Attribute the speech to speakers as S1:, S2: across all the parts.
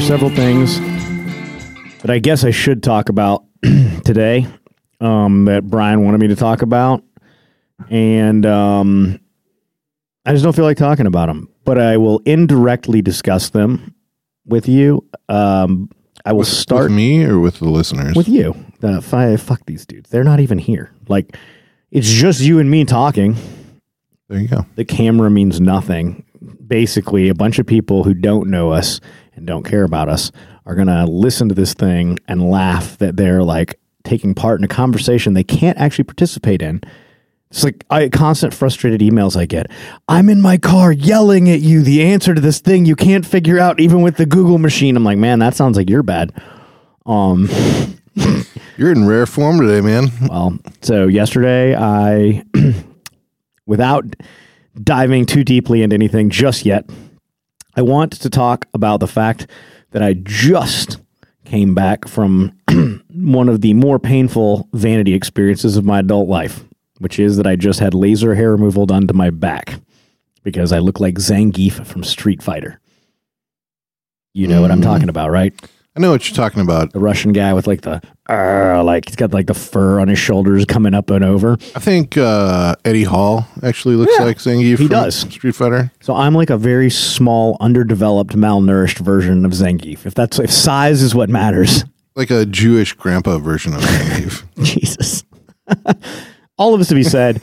S1: things that I guess I should talk about today um, that Brian wanted me to talk about. And um, I just don't feel like talking about them, but I will indirectly discuss them with you. Um, I will start
S2: With me or with the listeners?
S1: with you. Uh, fi- fuck these dudes. They're not even here. Like, it's just you and me talking.
S2: there you go.
S1: The camera means nothing. Basically, a bunch of people who don't know us and don't care about us are going to listen to this thing and laugh that they're like taking part in a conversation they can't actually participate in. It's like I constant frustrated emails I get. I'm in my car yelling at you the answer to this thing you can't figure out even with the Google machine. I'm like, "Man, that sounds like you're bad." Um
S2: You're in rare form today, man.
S1: well, so yesterday I, without diving too deeply into anything just yet, I want to talk about the fact that I just came back from one of the more painful vanity experiences of my adult life, which is that I just had laser hair removal done to my back because I look like Zangief from Street Fighter. You know what I'm talking about, right?
S2: I know what you're talking about.
S1: The Russian guy with like the, uh, like he's got like the fur on his shoulders coming up and over.
S2: I think uh, Eddie Hall actually looks like Zangief. from
S1: does.
S2: Street Fighter.
S1: So I'm like a very small, underdeveloped, malnourished version of Zangief. If that's if size is what matters,
S2: Like a Jewish grandpa version of Zangief.
S1: Jesus. All of this to be said,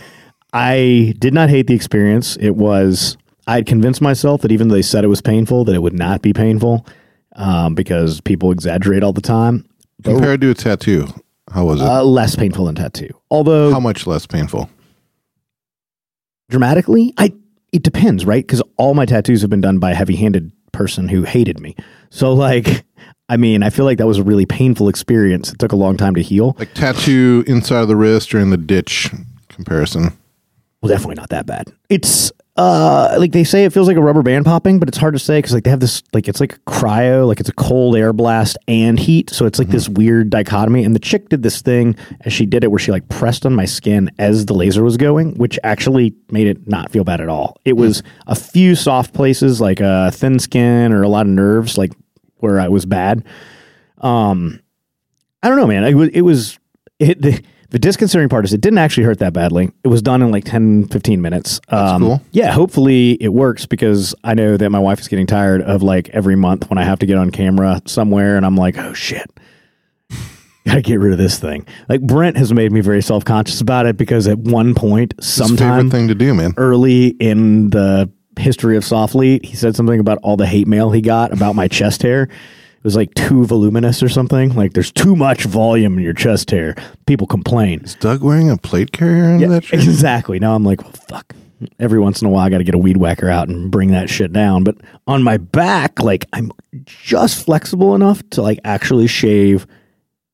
S1: I did not hate the experience. It was I had convinced myself that even though they said it was painful, that it would not be painful um, because people exaggerate all the time.
S2: Compared to a tattoo, how was it?
S1: Oh. Uh, less painful than tattoo, although
S2: how much less painful?
S1: dramatically i it depends right because all my tattoos have been done by a heavy-handed person who hated me so like i mean i feel like that was a really painful experience it took a long time to heal
S2: Like tattoo inside of the wrist or in the ditch comparison.
S1: well definitely not that bad it's uh like they say it feels like a rubber band popping but it's hard to say because like they have this like it's like a cryo like it's a cold air blast and heat so it's like this weird dichotomy and the chick did this thing as she did it where she like pressed on my skin as the laser was going which actually made it not feel bad at all it was a few soft places like uh thin skin or a lot of nerves like where i was bad I don't know, man. It was, it was it, the, the disconcerting part is it didn't actually hurt that badly. It was done in like 10, 15 minutes. Um,
S2: cool.
S1: Yeah, hopefully it works because I know that my wife is getting tired of like every month when I have to get on camera somewhere and I'm like, oh shit, gotta get rid of this thing. Like Brent has made me very self conscious about it because at one point,
S2: His
S1: sometime er
S2: favorite thing to do, man.
S1: early in the history of Softly, he said something about all the hate mail he got about my chest hair. It was like too voluminous or something. Like there's too much volume in your chest hair. People complain.
S2: Is Doug wearing a plate carrier under that shirt?
S1: Exactly. Now I'm like, well, fuck. Every once in a while, I got to get a weed whacker out and bring that shit down. But on my back, like I'm just flexible enough to like actually shave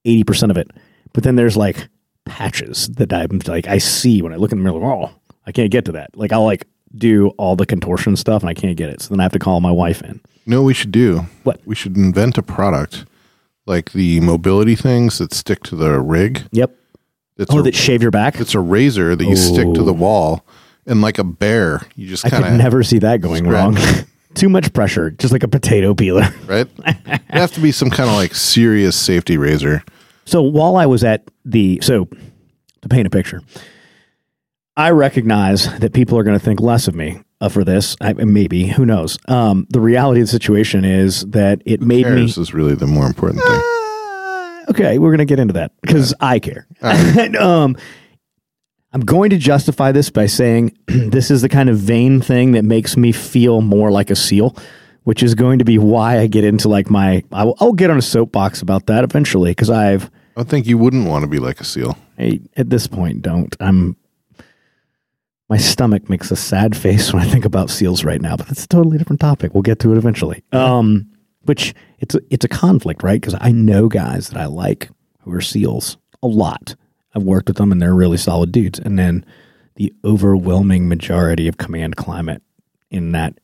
S1: 80% of it. But then there's like patches that I'm like, I see when I look in the mirror, like, oh, I can't get to that. Like I'll like do all the contortion stuff and I can't get it. So then I have to call my wife in.
S2: You know what we should do?
S1: What?
S2: We should invent a product like the mobility things that stick to the rig.
S1: Yep.
S2: It's,
S1: Oh,
S2: a,
S1: that shave your back?
S2: it's a razor that you stick to the wall and like a bear, you just
S1: I
S2: kind
S1: could
S2: of
S1: never see that going wrong. Too much pressure, just like a potato peeler.
S2: right? It'd have to be some kind of like serious safety razor.
S1: So while I was at the so to paint a picture, I recognize that people are going to think less of me uh, for this. I, maybe who knows? Um, the reality of the situation is that it made me Uh,
S2: Hairs is really the more important thing.
S1: okay, we're going to get into that because I care. And, um, I'm going to justify this by saying this is the kind of vain thing that makes me feel more like a seal, which is going to be why I get into like my. I will, I'll get on a soapbox about that eventually because I've
S2: I don't think you wouldn't want to be like a seal.
S1: I, at this point, don't. I'm. My stomach makes a sad face when I think about seals right now, but that's a totally different topic. We'll get to it eventually. Um, which it's a, it's a conflict, right? Because I know guys that I like who are seals a lot. I've worked with them, and they're really solid dudes. And then the overwhelming majority of command climate in that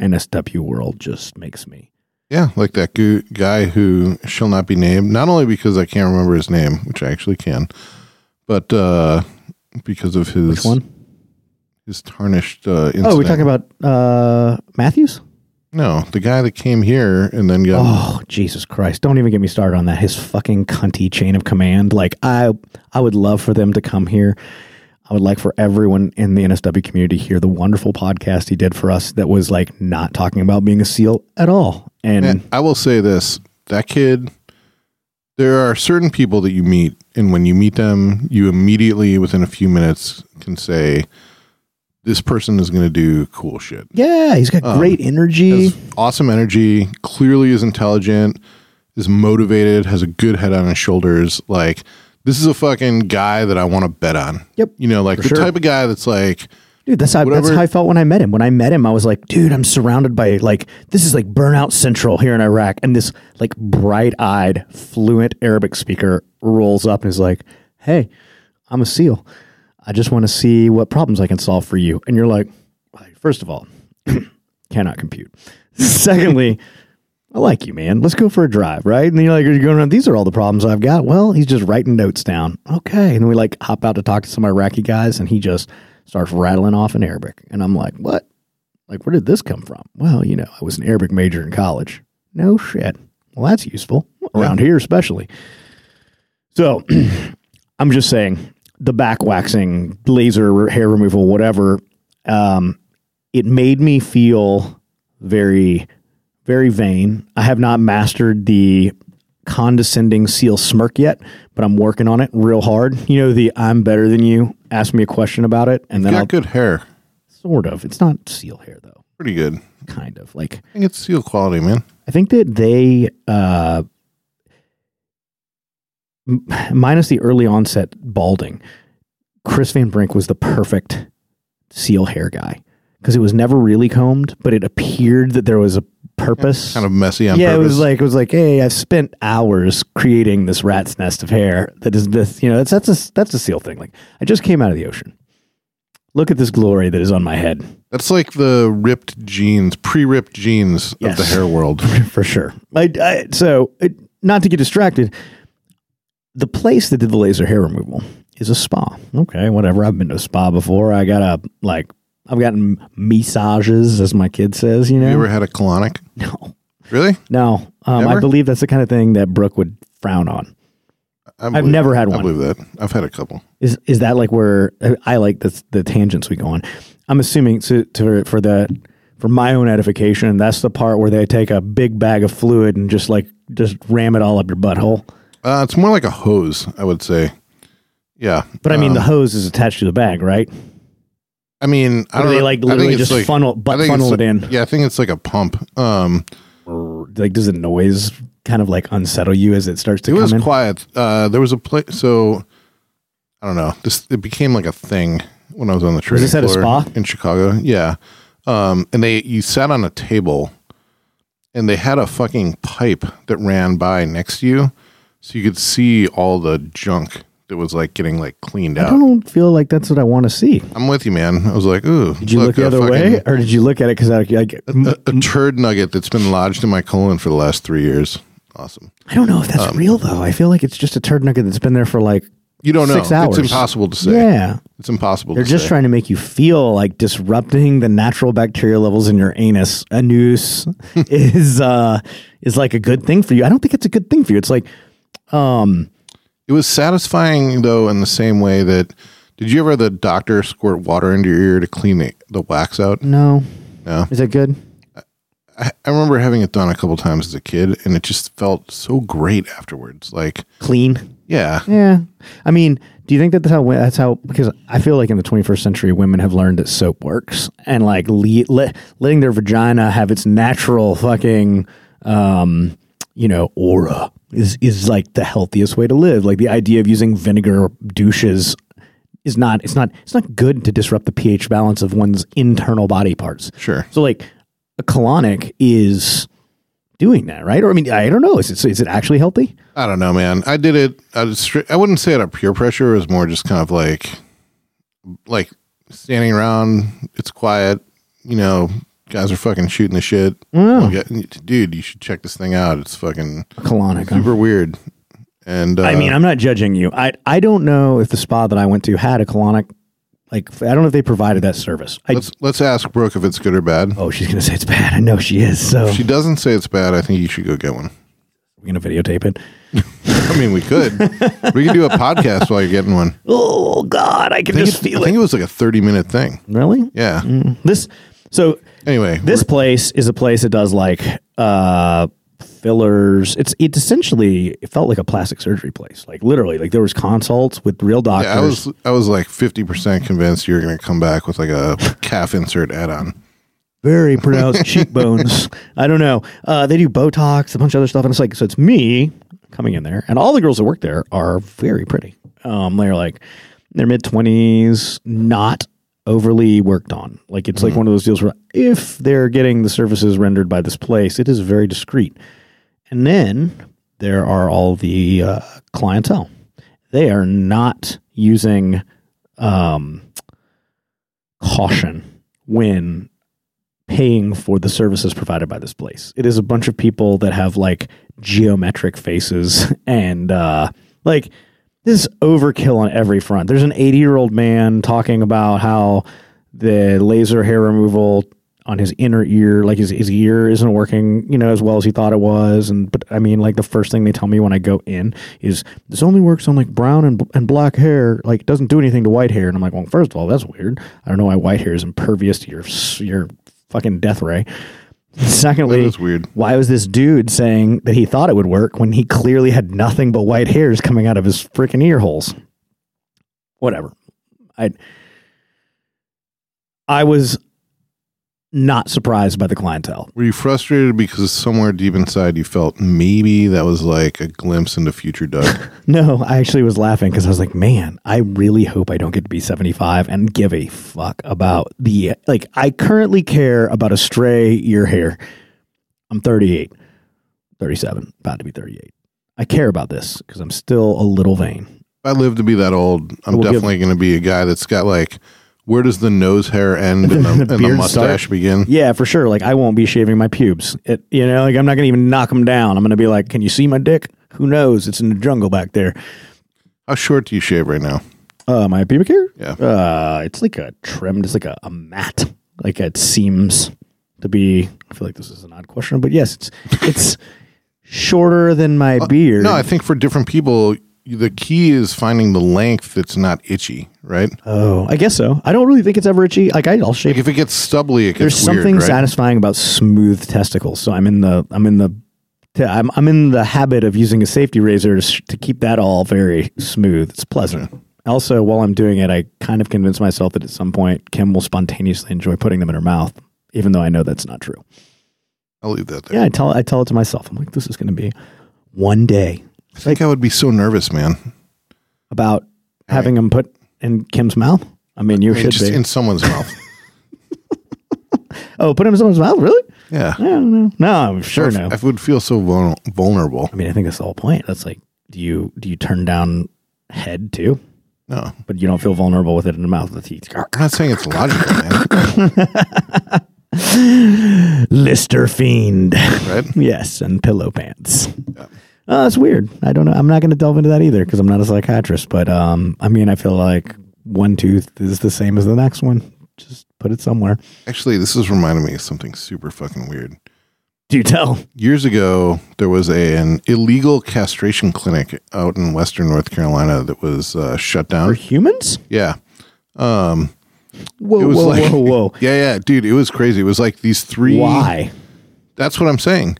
S1: NSW world just makes me
S2: Yeah, like that gu- guy who shall not be named, not only because I can't remember his name, which I actually can, but uh, because of his
S1: one.
S2: his tarnished uh, incident.
S1: Oh, we're talking about uh, Matthews.
S2: No, the guy that came here and then got
S1: Oh, Jesus Christ. Don't even get me started on that. His fucking cunty chain of command. Like I I would love for them to come here. I would like for everyone in the NSW community to hear the wonderful podcast he did for us that was like not talking about being a SEAL at all. And
S2: And I will say this: that kid. There are certain people that you meet, and when you meet them, you immediately, within a few minutes, can say, "This person is going to do cool shit."
S1: yeah, he's got great energy.
S2: Has awesome energy. Clearly, is intelligent. Is motivated. Has a good head on his shoulders. Like this is a fucking guy that I want to bet on.
S1: Yep.
S2: You know, like the
S1: sure.
S2: type of guy that's like,
S1: Dude, that's how, that's
S2: whatever-
S1: how I felt when I met him. When I met him, I was like, dude, I'm surrounded by like, this is like burnout central here in Iraq. And this like bright eyed, fluent Arabic speaker rolls up and is like, hey, I'm a SEAL. I just want to see what problems I can solve for you. And you're like, first of all, cannot compute. Secondly, I like you, man. Let's go for a drive, right? And then you're like, are you going around? These are all the problems I've got. Well, he's just writing notes down. Okay. And then we like hop out to talk to some Iraqi guys and he just starts rattling off in Arabic. And I'm like, what? Like, where did this come from? Well, you know, I was an Arabic major in college. No shit. Well, that's useful around here, especially. So I'm just saying the back waxing, laser hair removal, whatever. Um, it made me feel very, very vain. I have not mastered the condescending seal smirk yet, but I'm working on it real hard. You know, the I'm better than you. Ask me a question about it, and then
S2: got
S1: I'll
S2: good hair,
S1: sort of. It's not seal hair though,
S2: pretty good. I
S1: kind of like
S2: think it's seal quality, man.
S1: I think that they, uh, m- minus the early onset balding, Chris Van Brink was the perfect seal hair guy because it was never really combed, but it appeared that there was a purpose.
S2: Kind of messy on
S1: yeah,
S2: purpose.
S1: it was like it was like, hey, I've spent hours creating this rat's nest of hair that is this. You know, that's that's a that's a seal thing. Like I just came out of the ocean. Look at this glory that is on my head.
S2: That's like the ripped jeans, pre-ripped jeans
S1: Yes.
S2: of the hair world.
S1: for sure. I, I, so, it, not to get distracted, the place that did the laser hair removal is a spa. Okay, whatever. I've been to a spa before. I got a like. I've gotten massages, as my kid says. You know,
S2: You ever had a colonic?
S1: no,
S2: Really?
S1: no. Um, I
S2: Never?
S1: believe that's the kind of thing that Brooke would frown on.
S2: I
S1: I've
S2: believe-
S1: never had
S2: I
S1: one.
S2: believe that. I've had a couple.
S1: Is is that like where I- I like the the tangents we go on? I'm assuming to, to for the for my own edification, that's the part where they take a big bag of fluid and just like just ram it all up your butthole.
S2: Uh, it's more like a hose, I would say. Yeah,
S1: But I mean,
S2: Um,
S1: the hose is attached to the bag, right?
S2: I mean, I
S1: Or
S2: don't
S1: do they
S2: know.
S1: like
S2: I think
S1: literally
S2: it's
S1: just funnel,
S2: I
S1: but
S2: think it's
S1: funnel it
S2: like-
S1: in?
S2: Yeah, I think it's like a pump. Um,
S1: Or, Like, does the noise kind of like unsettle you as it starts to
S2: it was
S1: come in?
S2: quiet. Uh, there was a place. So I don't know. This it became like a thing when I was on the trading
S1: this at a
S2: floor
S1: spa?
S2: in Chicago. Yeah, um, and they you sat on a table, and they had a fucking pipe that ran by next to you, so you could see all the junk that was like getting like cleaned
S1: I
S2: out.
S1: don't feel like that's what I want to see.
S2: I'm with you, man. I was like, ooh.
S1: Did you look, the
S2: a
S1: other
S2: fucking-
S1: way, or did you look at it because I like?
S2: A, a turd nugget that's been lodged in my colon for the last three years. Awesome.
S1: I don't know if that's
S2: Um,
S1: real though. I feel like it's just a turd nugget that's been there for like.
S2: You don't know.
S1: Six hours.
S2: It's impossible to say.
S1: Yeah,
S2: It's impossible
S1: they're
S2: to
S1: just
S2: say.
S1: trying to make you feel like disrupting the natural bacteria levels in your anus. A noose is uh is like a good thing for you. I don't think it's a good thing for you. It's like
S2: It was satisfying though in the same way that did you ever have the doctor squirt water into your ear to clean the, the wax out?
S1: no,
S2: No.
S1: is it good?
S2: I, I remember having it done a couple times as a kid and it just felt so great afterwards. Like,
S1: Clean.
S2: yeah.
S1: Yeah, I mean, do you think that that's how that's how? Because I feel like in the 21st century, women have learned that soap works, and like le- let, letting their vagina have its natural fucking, um, you know, aura is is like the healthiest way to live. Like the idea of using vinegar douches is not it's not it's not good to disrupt the pH balance of one's internal body parts.
S2: Sure.
S1: So like a colonic is doing that, right? Or I mean, I don't know. Is it is it actually healthy?
S2: I don't know, man. I did it. I, was stri- I wouldn't say it a peer pressure. It was more just kind of like, like standing around. It's quiet. You know, guys are fucking shooting the shit. One guy- Dude, you should check this thing out. It's fucking
S1: A colonic. huh?
S2: super weird. And uh,
S1: I mean, I'm not judging you. I I don't know if the spa that I went to had a colonic Like I don't know if they provided that service. I,
S2: Let's let's ask Brooke if it's good or bad.
S1: oh, she's gonna say it's bad. I know she is. So
S2: If she doesn't say it's bad, I think you should go get one.
S1: we're gonna videotape it.
S2: I mean, we could. we could do a podcast while you're getting one.
S1: Oh God, I can
S2: I think,
S1: just
S2: it, I
S1: feel it.
S2: think it was like a 30 minute thing.
S1: Really?
S2: Yeah.
S1: This so
S2: Anyway,
S1: this place is a place that does like uh fillers it's it's essentially it felt like a plastic surgery place like literally like there was consults with real doctors
S2: I was I was like 50% convinced you were going to come back with like a calf insert add on.
S1: very pronounced cheekbones i don't know uh they do botox a bunch of other stuff and it's like so it's me coming in there and all the girls that work there are very pretty um they're like they're mid-20s not overly worked on like it's like one of those deals where if they're getting the services rendered by this place it is very discreet And then there are all the uh, clientele. They are not using um, caution when paying for the services provided by this place. It is a bunch of people that have like geometric faces and uh, like this is overkill on every front. There's an 80 year old man talking about how the laser hair removal on his inner ear, like his, his ear isn't working, you know, as well as he thought it was. And, but I mean, like the first thing they tell me when I go in is this only works on like brown and, and black hair. Like it doesn't do anything to white hair. And I'm like, well, first of all, that's weird. I don't know why white hair is impervious to your, s- your fucking death ray. Secondly,
S2: That is weird.
S1: why was this dude saying that he thought it would work when he clearly had nothing but white hairs coming out of his freaking ear holes? Whatever. I I was not surprised by the clientele.
S2: Were you frustrated because somewhere deep inside you felt maybe that was like a glimpse into future Doug?
S1: No, I actually was laughing because I was like, man, I really hope I don't get to be 75 and give a fuck about the. Like, I currently care about a stray ear hair. I'm 38, 37, about to be 38. I care about this because I'm still a little vain.
S2: if I live to be that old, I'm
S1: We'll give-
S2: definitely going to be a guy that's got like, where does the nose hair end and the,
S1: the
S2: and the
S1: beard
S2: mustache
S1: start?
S2: begin?
S1: Yeah, for sure. Like, I won't be shaving my pubes. It, you know, like, I'm not going to even knock them down. I'm going to be like, can you see my dick? Who knows? It's in the jungle back there.
S2: How short do you shave right now?
S1: Uh, my pubic hair?
S2: Yeah.
S1: Uh, it's like a trimmed, it's like a, a mat. Like it seems to be. I feel like this is an odd question, but yes, it's it's shorter than my beard.
S2: Uh, No, I think for different people, the key is finding the length that's not itchy, right?
S1: oh, I guess so. I don't really think it's ever itchy. Like I, I'll shave.
S2: Like if it gets stubbly, it
S1: There's
S2: gets weird,
S1: something
S2: right?
S1: satisfying about smooth testicles. So I'm in the I'm in the t- I'm I'm in the habit of using a safety razor to, sh- to keep that all very smooth. It's pleasant. Also, while I'm doing it, I kind of convince myself that at some point Kim will spontaneously enjoy putting them in her mouth, even though I know that's not true.
S2: I'll leave that there.
S1: Yeah, I tell I tell it to myself. I'm like, this is going to be one day
S2: I think I would be so nervous, man.
S1: about having them put in Kim's mouth. I mean, you
S2: I mean,
S1: should
S2: just
S1: be.
S2: in someone's mouth.
S1: oh, put them in someone's mouth, really?
S2: Yeah.
S1: I don't know. No, I'm sure
S2: I
S1: no.
S2: f- I would feel so vulner- vulnerable.
S1: I mean, I think that's the whole point. That's like, do you do you turn down head too?
S2: No,
S1: But you don't feel vulnerable with it in the mouth of the teeth. Grr.
S2: I'm not saying it's logical, man.
S1: Lister fiend.
S2: Right?
S1: yes, and pillow pants. Oh, that's weird. I don't know. I'm not going to delve into that either because I'm not a psychiatrist. But um, I mean, I feel like one tooth is the same as the next one. Just put it somewhere.
S2: Actually, this is reminding me of something super fucking weird.
S1: Do you tell?
S2: Years ago, there was a, an illegal castration clinic out in Western North Carolina that was uh, shut
S1: Are
S2: down.
S1: humans?
S2: Yeah. Um,
S1: Whoa,
S2: it was
S1: whoa,
S2: like,
S1: whoa, whoa.
S2: Yeah, yeah, dude, it was crazy. It was like these three.
S1: Why?
S2: That's what I'm saying.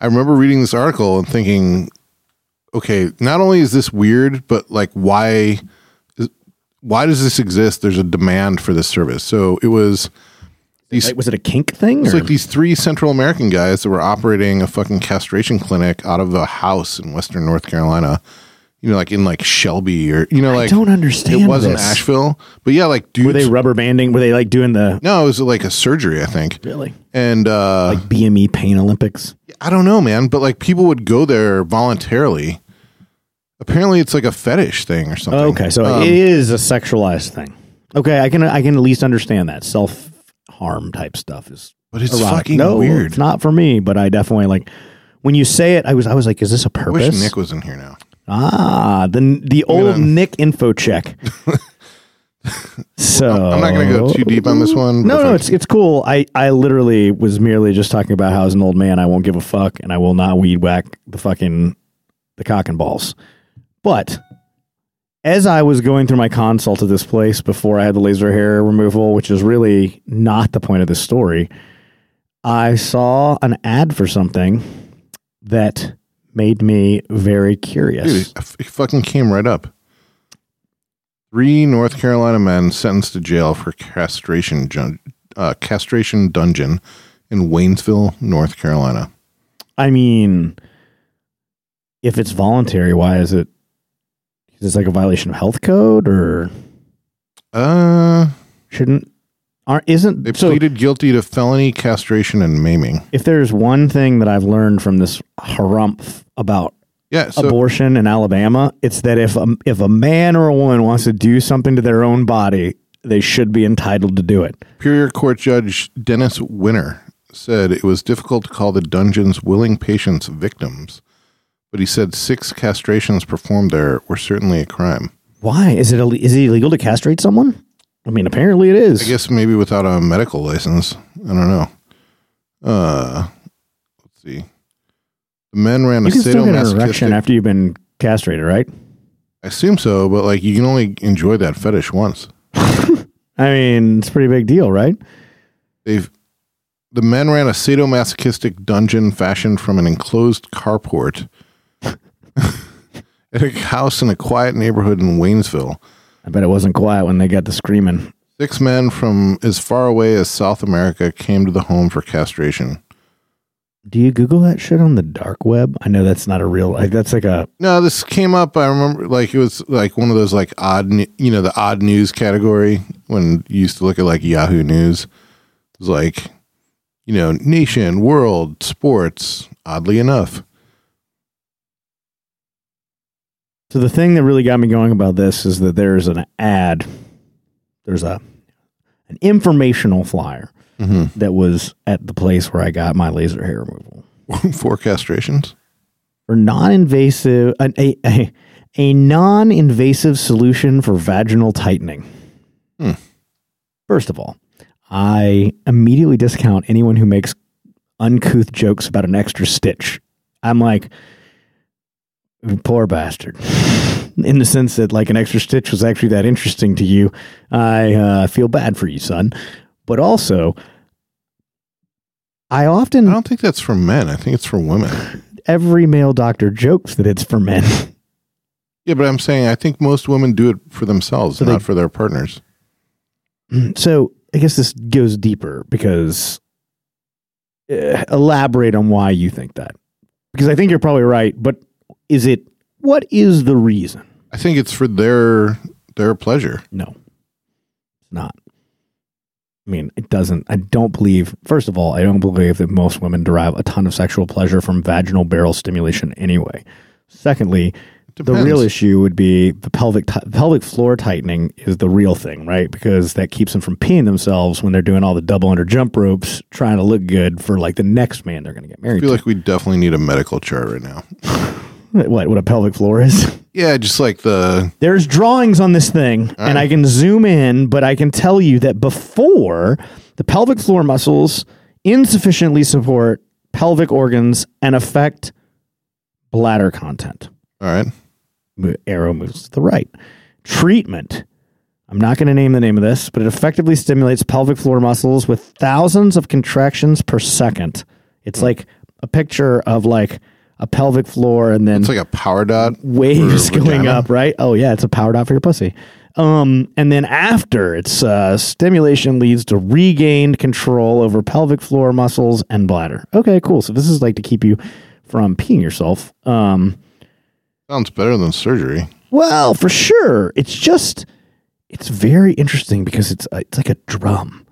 S2: I remember reading this article and thinking, okay, not only is this weird, but like why is- why does this exist? There's a demand for this service. So it was
S1: Like, was it a kink thing?
S2: it's
S1: or-
S2: like these three Central American guys that were operating a fucking castration clinic out of a house in western North Carolina. You know, like in like Shelby or you know, like
S1: don't understand
S2: It wasn't
S1: this.
S2: Asheville, but yeah, like dudes.
S1: were they rubber banding? Were they like doing the
S2: no, it was like a surgery, I think.
S1: really
S2: And uh,
S1: BME E pain Olympics?
S2: I don't know, man, but like people would go there voluntarily. Apparently, it's like a fetish thing or something.
S1: Okay, so
S2: Um,
S1: it is a sexualized thing. Okay, I can I can at least understand that self harm type stuff is
S2: but it's
S1: erotic.
S2: fucking
S1: no,
S2: weird.
S1: It's not for me, but I definitely like when you say it. I was I was like, is this a
S2: I wish
S1: purpose?
S2: Nick was in here now.
S1: ah, the the old Nick info check. So
S2: I'm not going to go too deep on this one. but
S1: No,
S2: if
S1: no,
S2: I-
S1: it's it's cool. I I literally was merely just talking about how as an old man I won't give a fuck and I will not weed whack the fucking the cock and balls. But as I was going through my consult at this place before I had the laser hair removal, which is really not the point of this story, I saw an ad for something that made me very curious.
S2: Dude, it f- it fucking came right up. Three North Carolina men sentenced to jail for castration jun- uh, castration dungeon in Waynesville, North Carolina.
S1: I mean, if it's voluntary, why is it? Is this like a violation of health code, or
S2: Uh,
S1: shouldn't? Aren't isn't
S2: they
S1: so?
S2: pleaded guilty to felony castration and maiming.
S1: If there's one thing that I've learned from this harumph about
S2: Yeah, so
S1: abortion in Alabama, it's that if a, if a man or a woman wants to do something to their own body, they should be entitled to do it.
S2: Superior Court Judge Dennis Winner said it was difficult to call the dungeon's willing patients victims, but he said six castrations performed there were certainly a crime.
S1: Why is it Ill- is it illegal to castrate someone? I mean, apparently it
S2: I
S1: is.
S2: guess maybe without a medical license. I don't know. Uh, let's see. The men ran a
S1: You can still get an erection
S2: sadomasochistic.
S1: after you've been castrated, right?
S2: I assume so, but like you can only enjoy that fetish once.
S1: I mean, it's a pretty big deal, right?
S2: They've the men ran a sadomasochistic dungeon fashioned from an enclosed carport at a house in a quiet neighborhood in Waynesville.
S1: I bet it wasn't quiet when they got to screaming.
S2: Six men from as far away as South America came to the home for castration.
S1: Do you Google that shit on the dark web? I know that's not a real. Like, that's like a.
S2: No, this came up. I remember, like it was like one of those like odd, ne- you know, the odd news category when you used to look at like Yahoo News. It was like, you know, nation, world, sports. Oddly enough,
S1: So the thing that really got me going about this is that there's an ad. There's a an informational flyer
S2: Mhm.
S1: that was at the place where I got my laser hair removal
S2: four castrations.
S1: for non-invasive an, a, a a non-invasive solution for vaginal tightening.
S2: Hmm.
S1: First of all, I immediately discount anyone who makes uncouth jokes about an extra stitch. I'm like, poor bastard. In the sense that, like, an extra stitch was actually that interesting to you. I uh, feel bad for you, son. But also, I often
S2: I don't think that's for men. I think it's for women.
S1: every male doctor jokes that it's for men.
S2: Yeah, but I'm saying I think most women do it for themselves,
S1: So they-
S2: not for their partners.
S1: so I guess this goes deeper because uh, elaborate on why you think that. Because I think you're probably right, but is it what is the reason?
S2: I think it's for their their pleasure.
S1: No, it's not. I mean, it doesn't. I don't believe, first of all, I don't believe that most women derive a ton of sexual pleasure from vaginal barrel stimulation anyway. Secondly, the
S2: Depends.
S1: real issue would be the pelvic ti- pelvic floor tightening is the real thing, right? Because that keeps them from peeing themselves when they're doing all the double under jump ropes, trying to look good for like the next man they're going to get
S2: I
S1: married
S2: feel like we definitely need a medical chart right now.
S1: to. What what a pelvic floor is.
S2: Yeah, just like the
S1: There's drawings on this thing, and I can zoom in, but I can tell you that before the pelvic floor muscles insufficiently support pelvic organs and affect bladder content.
S2: all right.
S1: Mo- Arrow moves to the right. Treatment. I'm not going to name the name of this, but it effectively stimulates pelvic floor muscles with thousands of contractions per second. It's like a picture of like a pelvic floor and then
S2: It's like a power dot.
S1: waves
S2: for
S1: going
S2: vagina.
S1: up, right? Oh yeah, it's a power dot for your pussy. Um, and then after it's uh, stimulation leads to regained control over pelvic floor muscles and bladder. Okay, cool. So this is like to keep you from peeing yourself. Um,
S2: Sounds better than surgery.
S1: well, for sure. It's just it's very interesting because it's uh, it's like a drum.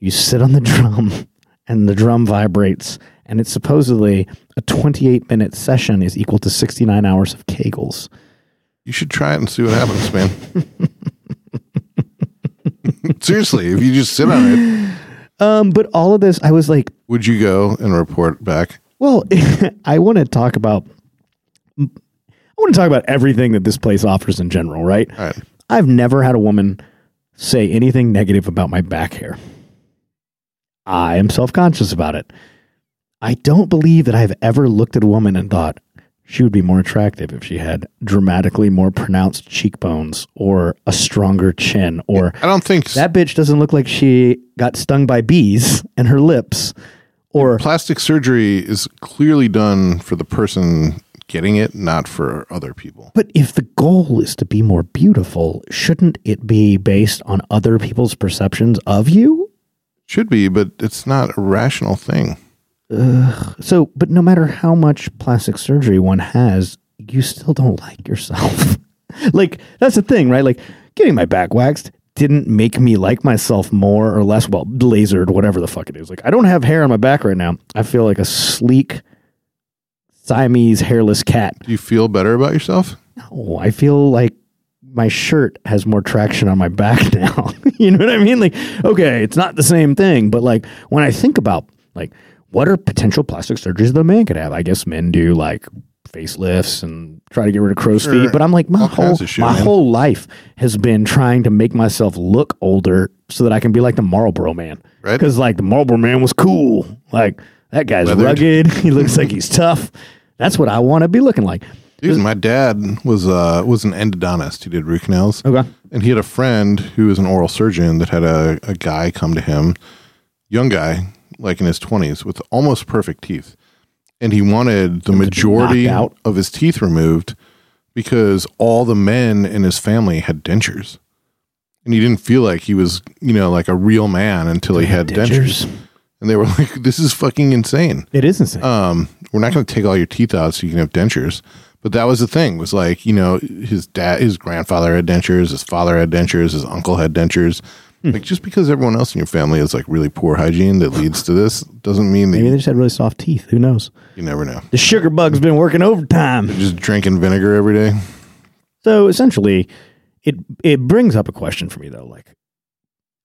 S1: You sit on the drum and the drum vibrates and it's supposedly a 28 minute session is equal to 69 hours of kegels.
S2: You should try it and see what happens, man. Seriously, if you just sit on it,
S1: Um but all of this I was like,
S2: would you go and report back?
S1: well, I want to talk about I want to talk about everything that this place offers in general, right?
S2: All right.
S1: I've never had a woman say anything negative about my back hair. I am self conscious about it. I don't believe that I've ever looked at a woman and thought she would be more attractive if she had dramatically more pronounced cheekbones or a stronger chin or
S2: I don't think
S1: that bitch doesn't look like she got stung by bees and her lips or
S2: plastic surgery is clearly done for the person getting it, not for other people.
S1: But if the goal is to be more beautiful, shouldn't it be based on other people's perceptions of you?
S2: Should be, but it's not a rational thing.
S1: So, but no matter how much plastic surgery one has, you still don't like yourself. like, that's the thing, right? Like, getting my back waxed didn't make me like myself more or less. Well, lasered, whatever the fuck it is. Like, I don't have hair on my back right now. I feel like a sleek Siamese hairless cat.
S2: Do you feel better about yourself?
S1: Oh, I feel like my shirt has more traction on my back now. you know what I mean? Like, okay, it's not the same thing, but like when I think about like what are potential plastic surgeries that a man could have, I guess men do like facelifts and try to get rid of crow's
S2: Sure.
S1: feet. But I'm like, my
S2: All kinds
S1: whole
S2: of shit,
S1: my
S2: man.
S1: whole life has been trying to make myself look older so that I can be like the Marlboro man.
S2: Right.
S1: Because like the Marlboro man was cool. Like that guy's
S2: Weathered.
S1: rugged. he looks like he's tough. That's what I want to be looking like.
S2: Dude, my dad was uh was an endodontist. He did root canals.
S1: Okay.
S2: And he had a friend who was an oral surgeon that had a, a guy come to him, young guy, like in his twenties, with almost perfect teeth. And he wanted the majority
S1: knocked out.
S2: of his teeth removed because all the men in his family had dentures. And he didn't feel like he was, you know, like a real man until he had dentures.
S1: Dentures.
S2: And they were like, This is fucking insane
S1: It is insane.
S2: um, we're not going to take all your teeth out so you can have dentures. But that was the thing was like, you know, his dad, his grandfather had dentures, his father had dentures, his uncle had dentures.
S1: Hmm.
S2: Like just because everyone else in your family is like really poor hygiene that leads to this doesn't mean that
S1: Maybe
S2: you,
S1: they just had really soft teeth. Who knows?
S2: you never know.
S1: The sugar bug's been working overtime.
S2: Just drinking vinegar every day.
S1: So essentially, it it brings up a question for me though, like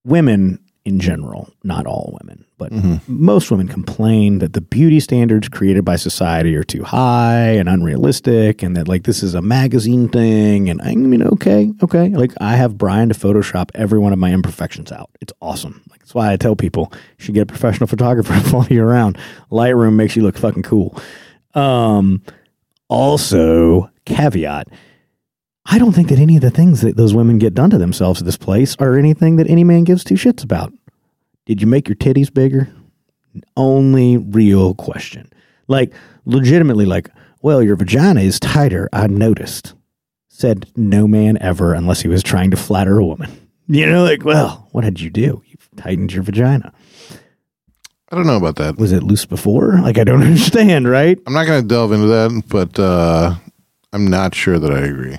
S1: women in general, not all women, but most women complain that the beauty standards created by society are too high and unrealistic and that like this is a magazine thing and I mean okay, okay. Like I have Brian to Photoshop every one of my imperfections out. It's awesome. Like that's why I tell people you should get a professional photographer to follow you around. Lightroom makes you look fucking cool. Um also caveat I don't think that any of the things that those women get done to themselves at this place are anything that any man gives two shits about. Did you make your titties bigger? Only real question. Like, legitimately, like, well, your vagina is tighter, I noticed. Said no man ever unless he was trying to flatter a woman. You know, like, well, what did you do? You've tightened your vagina.
S2: I don't know about that.
S1: Was it loose before? Like, I don't understand, right?
S2: I'm not going to delve into that, but uh, I'm not sure that I agree.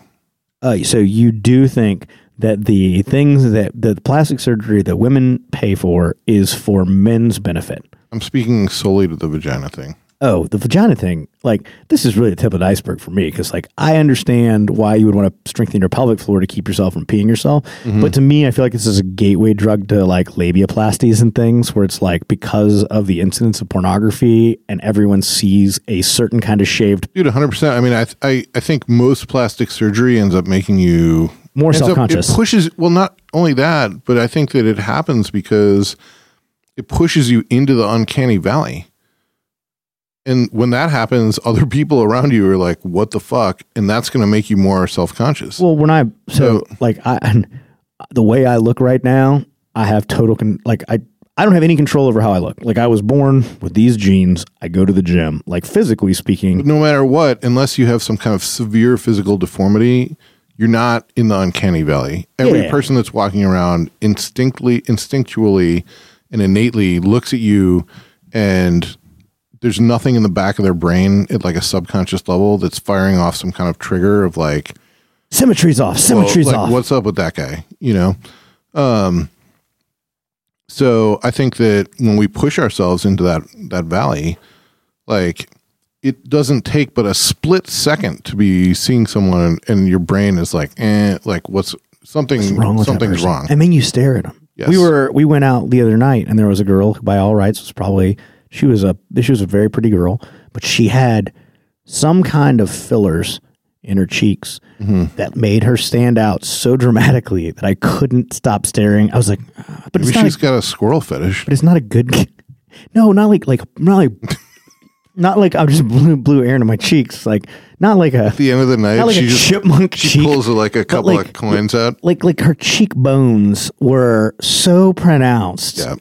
S1: Uh, so you do think that the things that the plastic surgery that women pay for is for men's benefit.
S2: I'm speaking solely to the vagina thing.
S1: Oh, the vagina thing, like this is really the tip of the iceberg for me because like I understand why you would want to strengthen your pelvic floor to keep yourself from peeing yourself. But to me, I feel like this is a gateway drug to like labiaplasties and things where it's like because of the incidence of pornography and everyone sees a certain kind of shaved
S2: Dude, 100%. I mean, I, th- I, I think most plastic surgery ends up making you
S1: more
S2: ends up-
S1: self-conscious.
S2: It pushes. Well, not only that, but I think that it happens because it pushes you into the uncanny valley. And when that happens, other people around you are like, "What the fuck?" And that's going to make you more self conscious.
S1: Well, when I so like I the way I look right now, I have total con- like I I don't have any control over how I look. Like I was born with these genes. I go to the gym. Like physically speaking,
S2: no matter what, unless you have some kind of severe physical deformity, you're not in the uncanny valley. Every
S1: Yeah.
S2: person that's walking around instinctly, instinctually, and innately looks at you, and there's nothing in the back of their brain at like a subconscious level that's firing off some kind of trigger of like,
S1: symmetry's off.
S2: well,
S1: Symmetry's
S2: like,
S1: off.
S2: what's up with that guy? You know? Um, so I think that when we push ourselves into that, that valley, like it doesn't take but a split second to be seeing someone and your brain is like, eh, like what's something,
S1: wrong with that
S2: something's
S1: person?
S2: wrong.
S1: I mean, you stare at them.
S2: Yes.
S1: We were we went out the other night, and there was a girl who, by all rights, was probably she was a she was a very pretty girl, but she had some kind of fillers in her cheeks
S2: Mm-hmm.
S1: that made her stand out so dramatically that I couldn't stop staring. I was like, "Ah, but it's
S2: Maybe
S1: not,
S2: she's
S1: a,
S2: got a squirrel fetish.
S1: but it's not a good. No, not like like not like not like I'm just blew, blew air into my cheeks. Like not like a
S2: At the end of the night,
S1: not like
S2: she
S1: a
S2: just
S1: chipmunk
S2: she
S1: cheek.
S2: pulls like a couple
S1: like-
S2: of coins out.
S1: like like her cheekbones were so pronounced
S2: Yeah.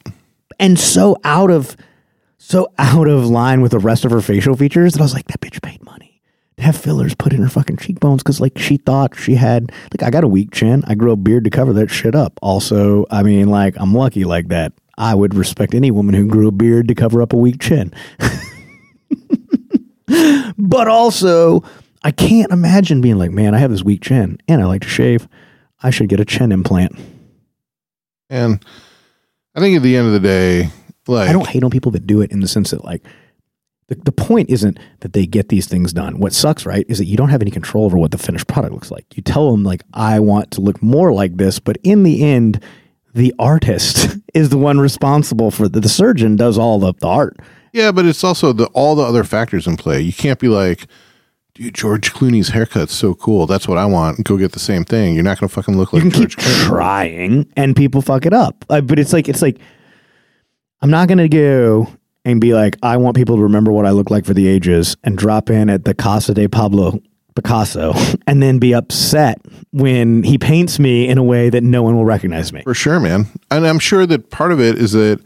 S1: and so out of so out of line with the rest of her facial features that I was like, that bitch paid money to have fillers put in her fucking cheekbones because like she thought she had like I got a weak chin. I grew a beard to cover that shit up. Also, I mean, like I'm lucky like that. I would respect any woman who grew a beard to cover up a weak chin. but also, I can't imagine being like, man, I have this weak chin and I like to shave. I should get a chin implant.
S2: And I think at the end of the day, like
S1: I don't hate on people that do it in the sense that like the, the point isn't that they get these things done. What sucks, right, is that you don't have any control over what the finished product looks like. You tell them like I want to look more like this, but in the end the artist is the one responsible for the, the surgeon does all the, the art.
S2: Yeah, but it's also the all the other factors in play. You can't be like, dude, George Clooney's haircut's so cool. That's what I want. Go get the same thing. You're not gonna fucking look like
S1: You can
S2: George
S1: keep
S2: Clooney.
S1: trying and people fuck it up. Uh, but it's like it's like I'm not gonna go and be like, I want people to remember what I look like for the ages and drop in at the Casa de Pablo Picasso and then be upset when he paints me in a way that no one will recognize me.
S2: For sure, man. And I'm sure that part of it is that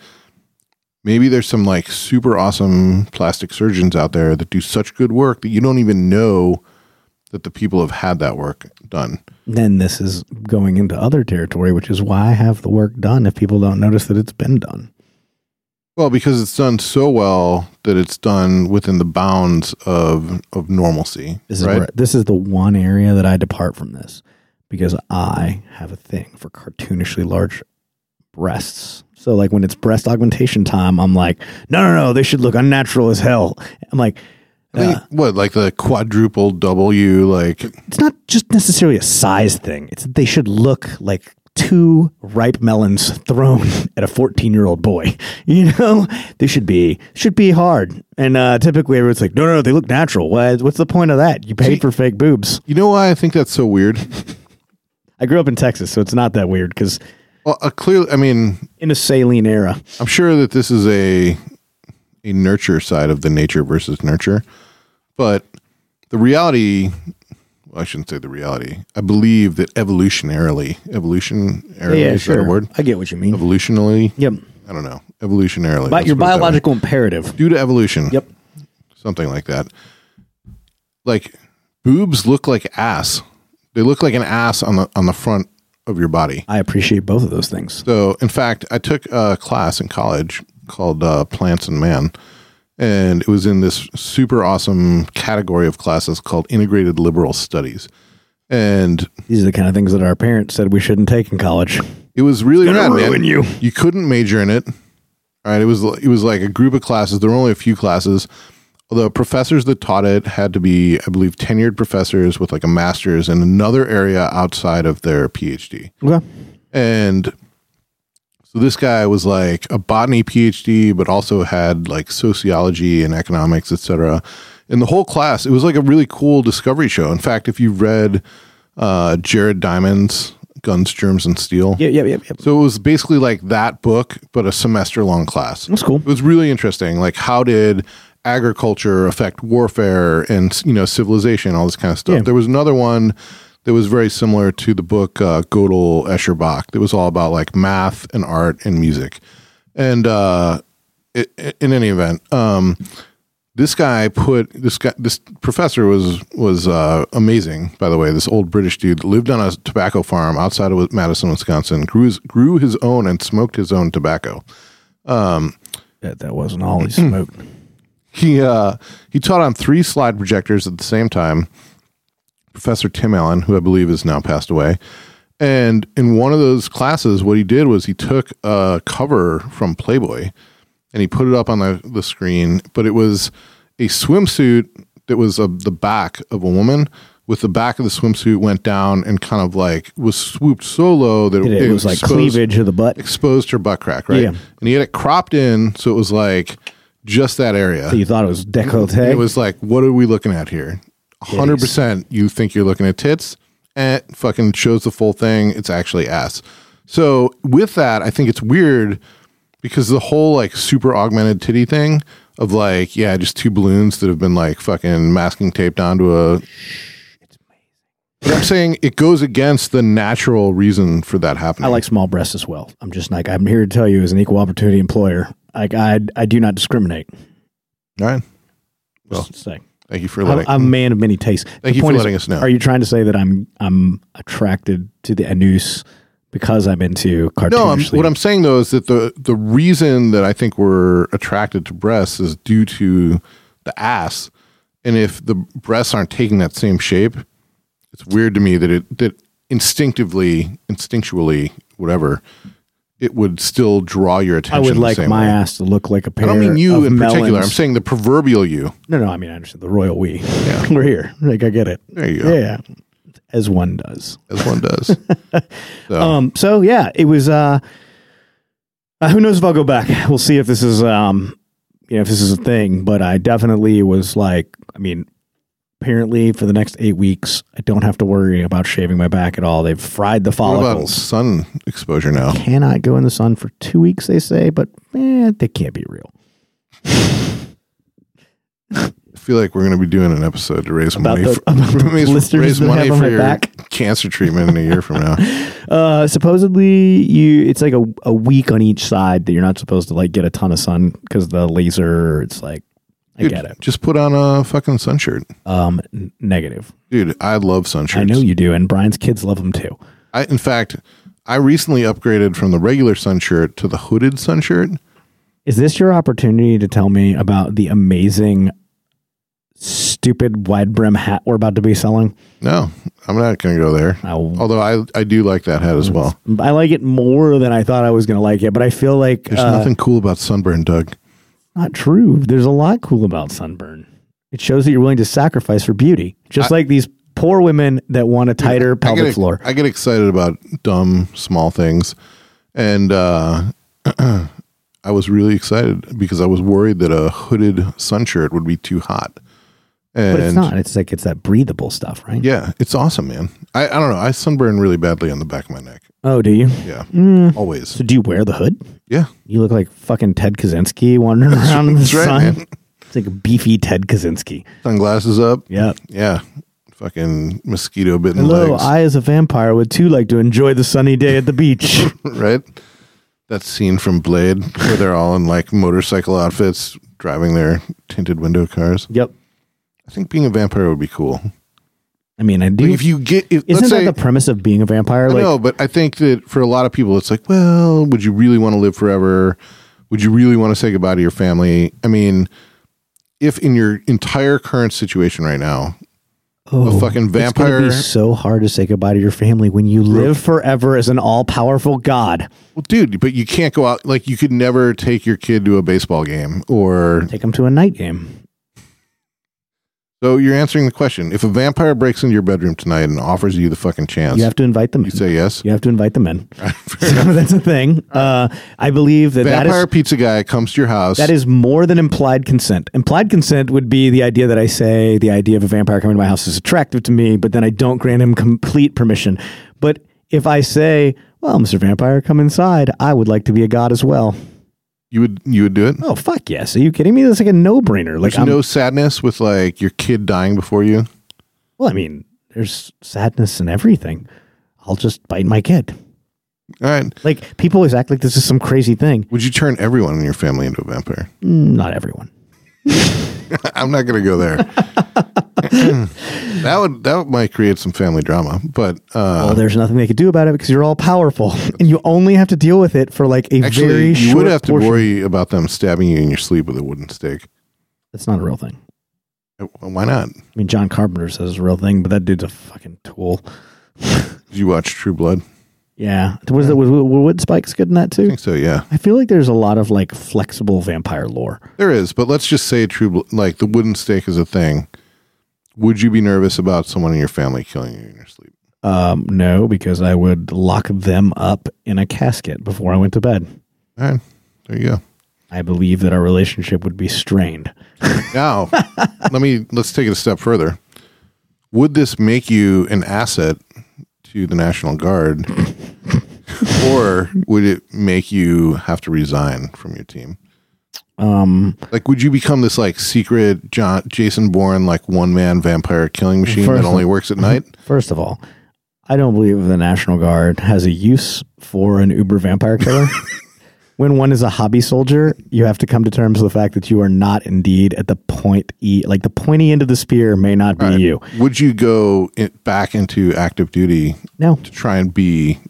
S2: maybe there's some like super awesome plastic surgeons out there that do such good work that you don't even know that the people have had that work done.
S1: Then this is going into other territory, which is why I have the work done if people don't notice that it's been done.
S2: Well, because it's done so well that it's done within the bounds of of normalcy.
S1: This is
S2: right?
S1: where, this is the one area that I depart from this because I have a thing for cartoonishly large breasts. So like when it's breast augmentation time, I'm like, no, no, no, they should look unnatural as hell. I'm like,
S2: I think, what, like the quadruple W, like
S1: it's not just necessarily a size thing. It's that they should look like two ripe melons thrown at a 14 year old boy. You know, they should be should be hard. And uh, typically everyone's like, no, no, no, they look natural. What, what's the point of that? You paid for fake boobs.
S2: You know why I think that's so weird?
S1: I grew up in Texas, so it's not that weird because
S2: Well, uh, clearly, I mean,
S1: in a saline era,
S2: I'm sure that this is a a nurture side of the nature versus nurture, but the reality. Well, I shouldn't say the reality. I believe that evolutionarily, evolutionarily is that a word?
S1: I get what you mean.
S2: Evolutionally,
S1: Yep,
S2: I don't know. Evolutionarily,
S1: but
S2: let's
S1: your
S2: put it that way.
S1: biological imperative.
S2: due to evolution.
S1: Yep.
S2: something like that. Like boobs look like ass. They look like an ass on the on the front of your body.
S1: I appreciate both of those things.
S2: So, in fact, I took a class in college called uh, Plants and Man, and it was in this super awesome category of classes called Integrated Liberal Studies. And
S1: These are the kind of things that our parents said we shouldn't take in college.
S2: it was really
S1: gonna
S2: rad,
S1: ruin
S2: man.
S1: you.
S2: You couldn't major in it. All right, it was it was like a group of classes. There were only a few classes. The professors that taught it had to be, I believe, tenured professors with like a master's in another area outside of their PhD.
S1: Okay.
S2: And so this guy was like a botany PhD, but also had like sociology and economics, etc. And the whole class, it was like a really cool discovery show. In fact, if you read uh, Jared Diamond's Guns, Germs, and Steel,
S1: Yeah, yeah, yeah, yeah.
S2: so it was basically like that book, but a semester long class.
S1: That's cool.
S2: It was really interesting. Like, how did agriculture affect warfare and you know civilization, all this kind of stuff.
S1: Yeah.
S2: There was another one that was very similar to the book uh, Gödel Escherbach. That was all about like math and art and music. And uh, i i- in any event, um, this guy put this guy this professor was was uh, amazing by the way this old british dude lived on a tobacco farm outside of madison wisconsin grew his, grew his own and smoked his own tobacco
S1: That, that wasn't all he smoked.
S2: he uh, he taught on three slide projectors at the same time. Professor Tim Allen, who I believe is now passed away, and in one of those classes, what he did was he took a cover from Playboy and he put it up on the, the screen, but it was a swimsuit that was a, the back of a woman. With the back of the swimsuit went down and kind of like was swooped so low that
S1: It, was like
S2: exposed-
S1: cleavage of the butt.
S2: exposed her butt crack, right?
S1: Yeah.
S2: And he had it cropped in, so it was like just that area.
S1: You thought it was
S2: And
S1: décolleté.
S2: it was like, what are we looking at here? hundred percent. You think you're looking at tits, and it fucking shows the full thing. It's actually ass. So with that, I think it's weird because the whole like super augmented titty thing of like yeah, just two balloons that have been like fucking masking taped onto a. But I'm saying it goes against the natural reason for that happening.
S1: I like small breasts as well. I'm just like I'm here to tell you as an equal opportunity employer, like I I do not discriminate.
S2: All right.
S1: Well, say.
S2: Thank you for
S1: I'm,
S2: letting.
S1: I'm a man of many tastes.
S2: hmm. Thank you for letting us know.
S1: Are you trying to say that I'm I'm attracted to the anus because I'm into cartoonishly?
S2: No, I'm, what I'm saying though is that the the reason that I think we're attracted to breasts is due to the ass, and if the breasts aren't taking that same shape, it's weird to me that it that instinctively, instinctually, whatever, it would still draw your
S1: I
S2: attention.
S1: would
S2: the
S1: like
S2: same
S1: my
S2: way.
S1: ass to look like a
S2: I
S1: pair.
S2: don't mean you
S1: of
S2: in particular.
S1: melons.
S2: I'm saying the proverbial you.
S1: no, no. I mean I understand the royal we. We're here. Like I get it.
S2: There you go,
S1: Yeah, as one does.
S2: as one does. so,
S1: Um. So yeah, it was. Uh, uh, who knows if I'll go back? We'll see if this is um, you know, if this is a thing. But I definitely was like, I mean, apparently for the next eight weeks, I don't have to worry about shaving my back at all. They've fried the
S2: what about
S1: follicles.
S2: sun exposure now?
S1: Cannot go in the sun for two weeks, they say, but eh, they can't be real.
S2: I feel like we're going to be doing an episode to raise
S1: About
S2: money
S1: the-
S2: for,
S1: about the
S2: raise,
S1: blisters
S2: raise
S1: that I
S2: money
S1: have on
S2: for
S1: my
S2: your
S1: back.
S2: cancer treatment in a year from now.
S1: Uh, supposedly you, it's like a, a week on each side that you're not supposed to like get a ton of sun because the laser. It's like I
S2: Dude,
S1: get it.
S2: Just put on a fucking sun shirt.
S1: Um, n- negative.
S2: Dude, I love sun shirts.
S1: I know you do, and Brian's kids love them too.
S2: I- in fact, I recently upgraded from the regular sun shirt to the hooded sun shirt.
S1: Is this your opportunity to tell me about the amazing, stupid wide brim hat we're about to be selling?
S2: No, I'm not going to go there.
S1: I,
S2: Although I, I do like that hat as well.
S1: Mm, I like it more than I thought I was going to like it, but I feel like
S2: There's
S1: uh,
S2: nothing cool about sunburn, Doug.
S1: not true. There's a lot cool about sunburn. It shows that you're willing to sacrifice for beauty, just like these poor women that want a tighter
S2: I
S1: pelvic
S2: get,
S1: floor.
S2: I get excited about dumb, small things. And uh, I was really excited because I was worried that a hooded sun shirt would be too hot. And
S1: But it's not. It's like it's that breathable stuff, right?
S2: Yeah, it's awesome, man. I, I don't know. I sunburn really badly on the back of my neck.
S1: Oh, do you?
S2: Yeah, always.
S1: Mm. So do you wear the hood?
S2: Yeah,
S1: You look like fucking Ted Kaczynski wandering around in the
S2: that's right,
S1: sun.
S2: man.
S1: It's like a beefy Ted Kaczynski.
S2: sunglasses up.
S1: Yeah.
S2: Yeah, fucking mosquito bitten
S1: Hello,
S2: legs.
S1: I as a vampire would too like to enjoy the sunny day at the beach.
S2: right? That scene from Blade where they're all in like motorcycle outfits driving their tinted window cars.
S1: yep.
S2: I think being a vampire would be cool.
S1: I mean, I do.
S2: Like if you get, if,
S1: isn't
S2: let's
S1: that
S2: say,
S1: the premise of being a vampire?
S2: I
S1: Like,
S2: know, but I think that for a lot of people, it's like, well, would you really want to live forever? Would you really want to say goodbye to your family? I mean, if in your entire current situation right now,
S1: oh,
S2: a fucking
S1: it's gonna
S2: vampire.
S1: be so hard to say goodbye to your family when you live forever as an all-powerful god.
S2: Well, dude, but you can't go out. Like, you could never take your kid to a baseball game or.
S1: Take them to a night game.
S2: So you're answering the question. If a vampire breaks into your bedroom tonight and offers you the fucking chance,
S1: You have to invite them. In.
S2: you say yes.
S1: You have to invite them in.
S2: Fair enough.
S1: So that's a thing. Uh, I believe that that
S2: vampire
S1: is
S2: pizza guy comes to your house.
S1: that is more than implied consent. Implied consent would be the idea that I say the idea of a vampire coming to my house is attractive to me, but then I don't grant him complete permission. But if I say, "Well, Mr. Vampire, come inside. I would like to be a god as well."
S2: you would you would do it.
S1: Oh fuck yes! Are you kidding me? That's like a no-brainer. Like
S2: There's
S1: I'm,
S2: no sadness with like your kid dying before you.
S1: well, I mean, there's sadness and everything. I'll just bite my kid.
S2: All right.
S1: Like people always act like this is some crazy thing.
S2: Would you turn everyone in your family into a vampire?
S1: Mm, Not everyone.
S2: I'm not going to go there. that would that might create some family drama, but uh,
S1: well, there's nothing they could do about it because you're all powerful, and you only have to deal with it for like a very
S2: actually, you
S1: short
S2: would have to
S1: portion.
S2: worry about them stabbing you in your sleep with a wooden stake.
S1: That's not a real thing.
S2: Uh, Why not?
S1: I mean, John Carpenter says it's a real thing, but that dude's a fucking tool.
S2: Did you watch True Blood?
S1: Yeah, was it was, was Wood Spikes good in that
S2: I
S1: too?
S2: think so. Yeah,
S1: I feel like there's a lot of like flexible vampire lore.
S2: there is. But let's just say True Blood, like the wooden stake is a thing. Would you be nervous about someone in your family killing you in your sleep?
S1: Um, no, because I would lock them up in a casket before I went to bed.
S2: All right, there you go.
S1: I believe that our relationship would be strained.
S2: Now, let me let's take it a step further. would this make you an asset to the National Guard, or would it make you have to resign from your team?
S1: Um,
S2: Like, would you become this like secret John, Jason Bourne, like one man vampire killing machine
S1: First-
S2: that only works at night?
S1: first of all, I don't believe the National Guard has a use for an uber vampire killer. when one is a hobby soldier, you have to come to terms with the fact that you are not indeed at the point E, like the pointy end of the spear may not be you.
S2: Would you go it back into active duty
S1: No,
S2: to try and be?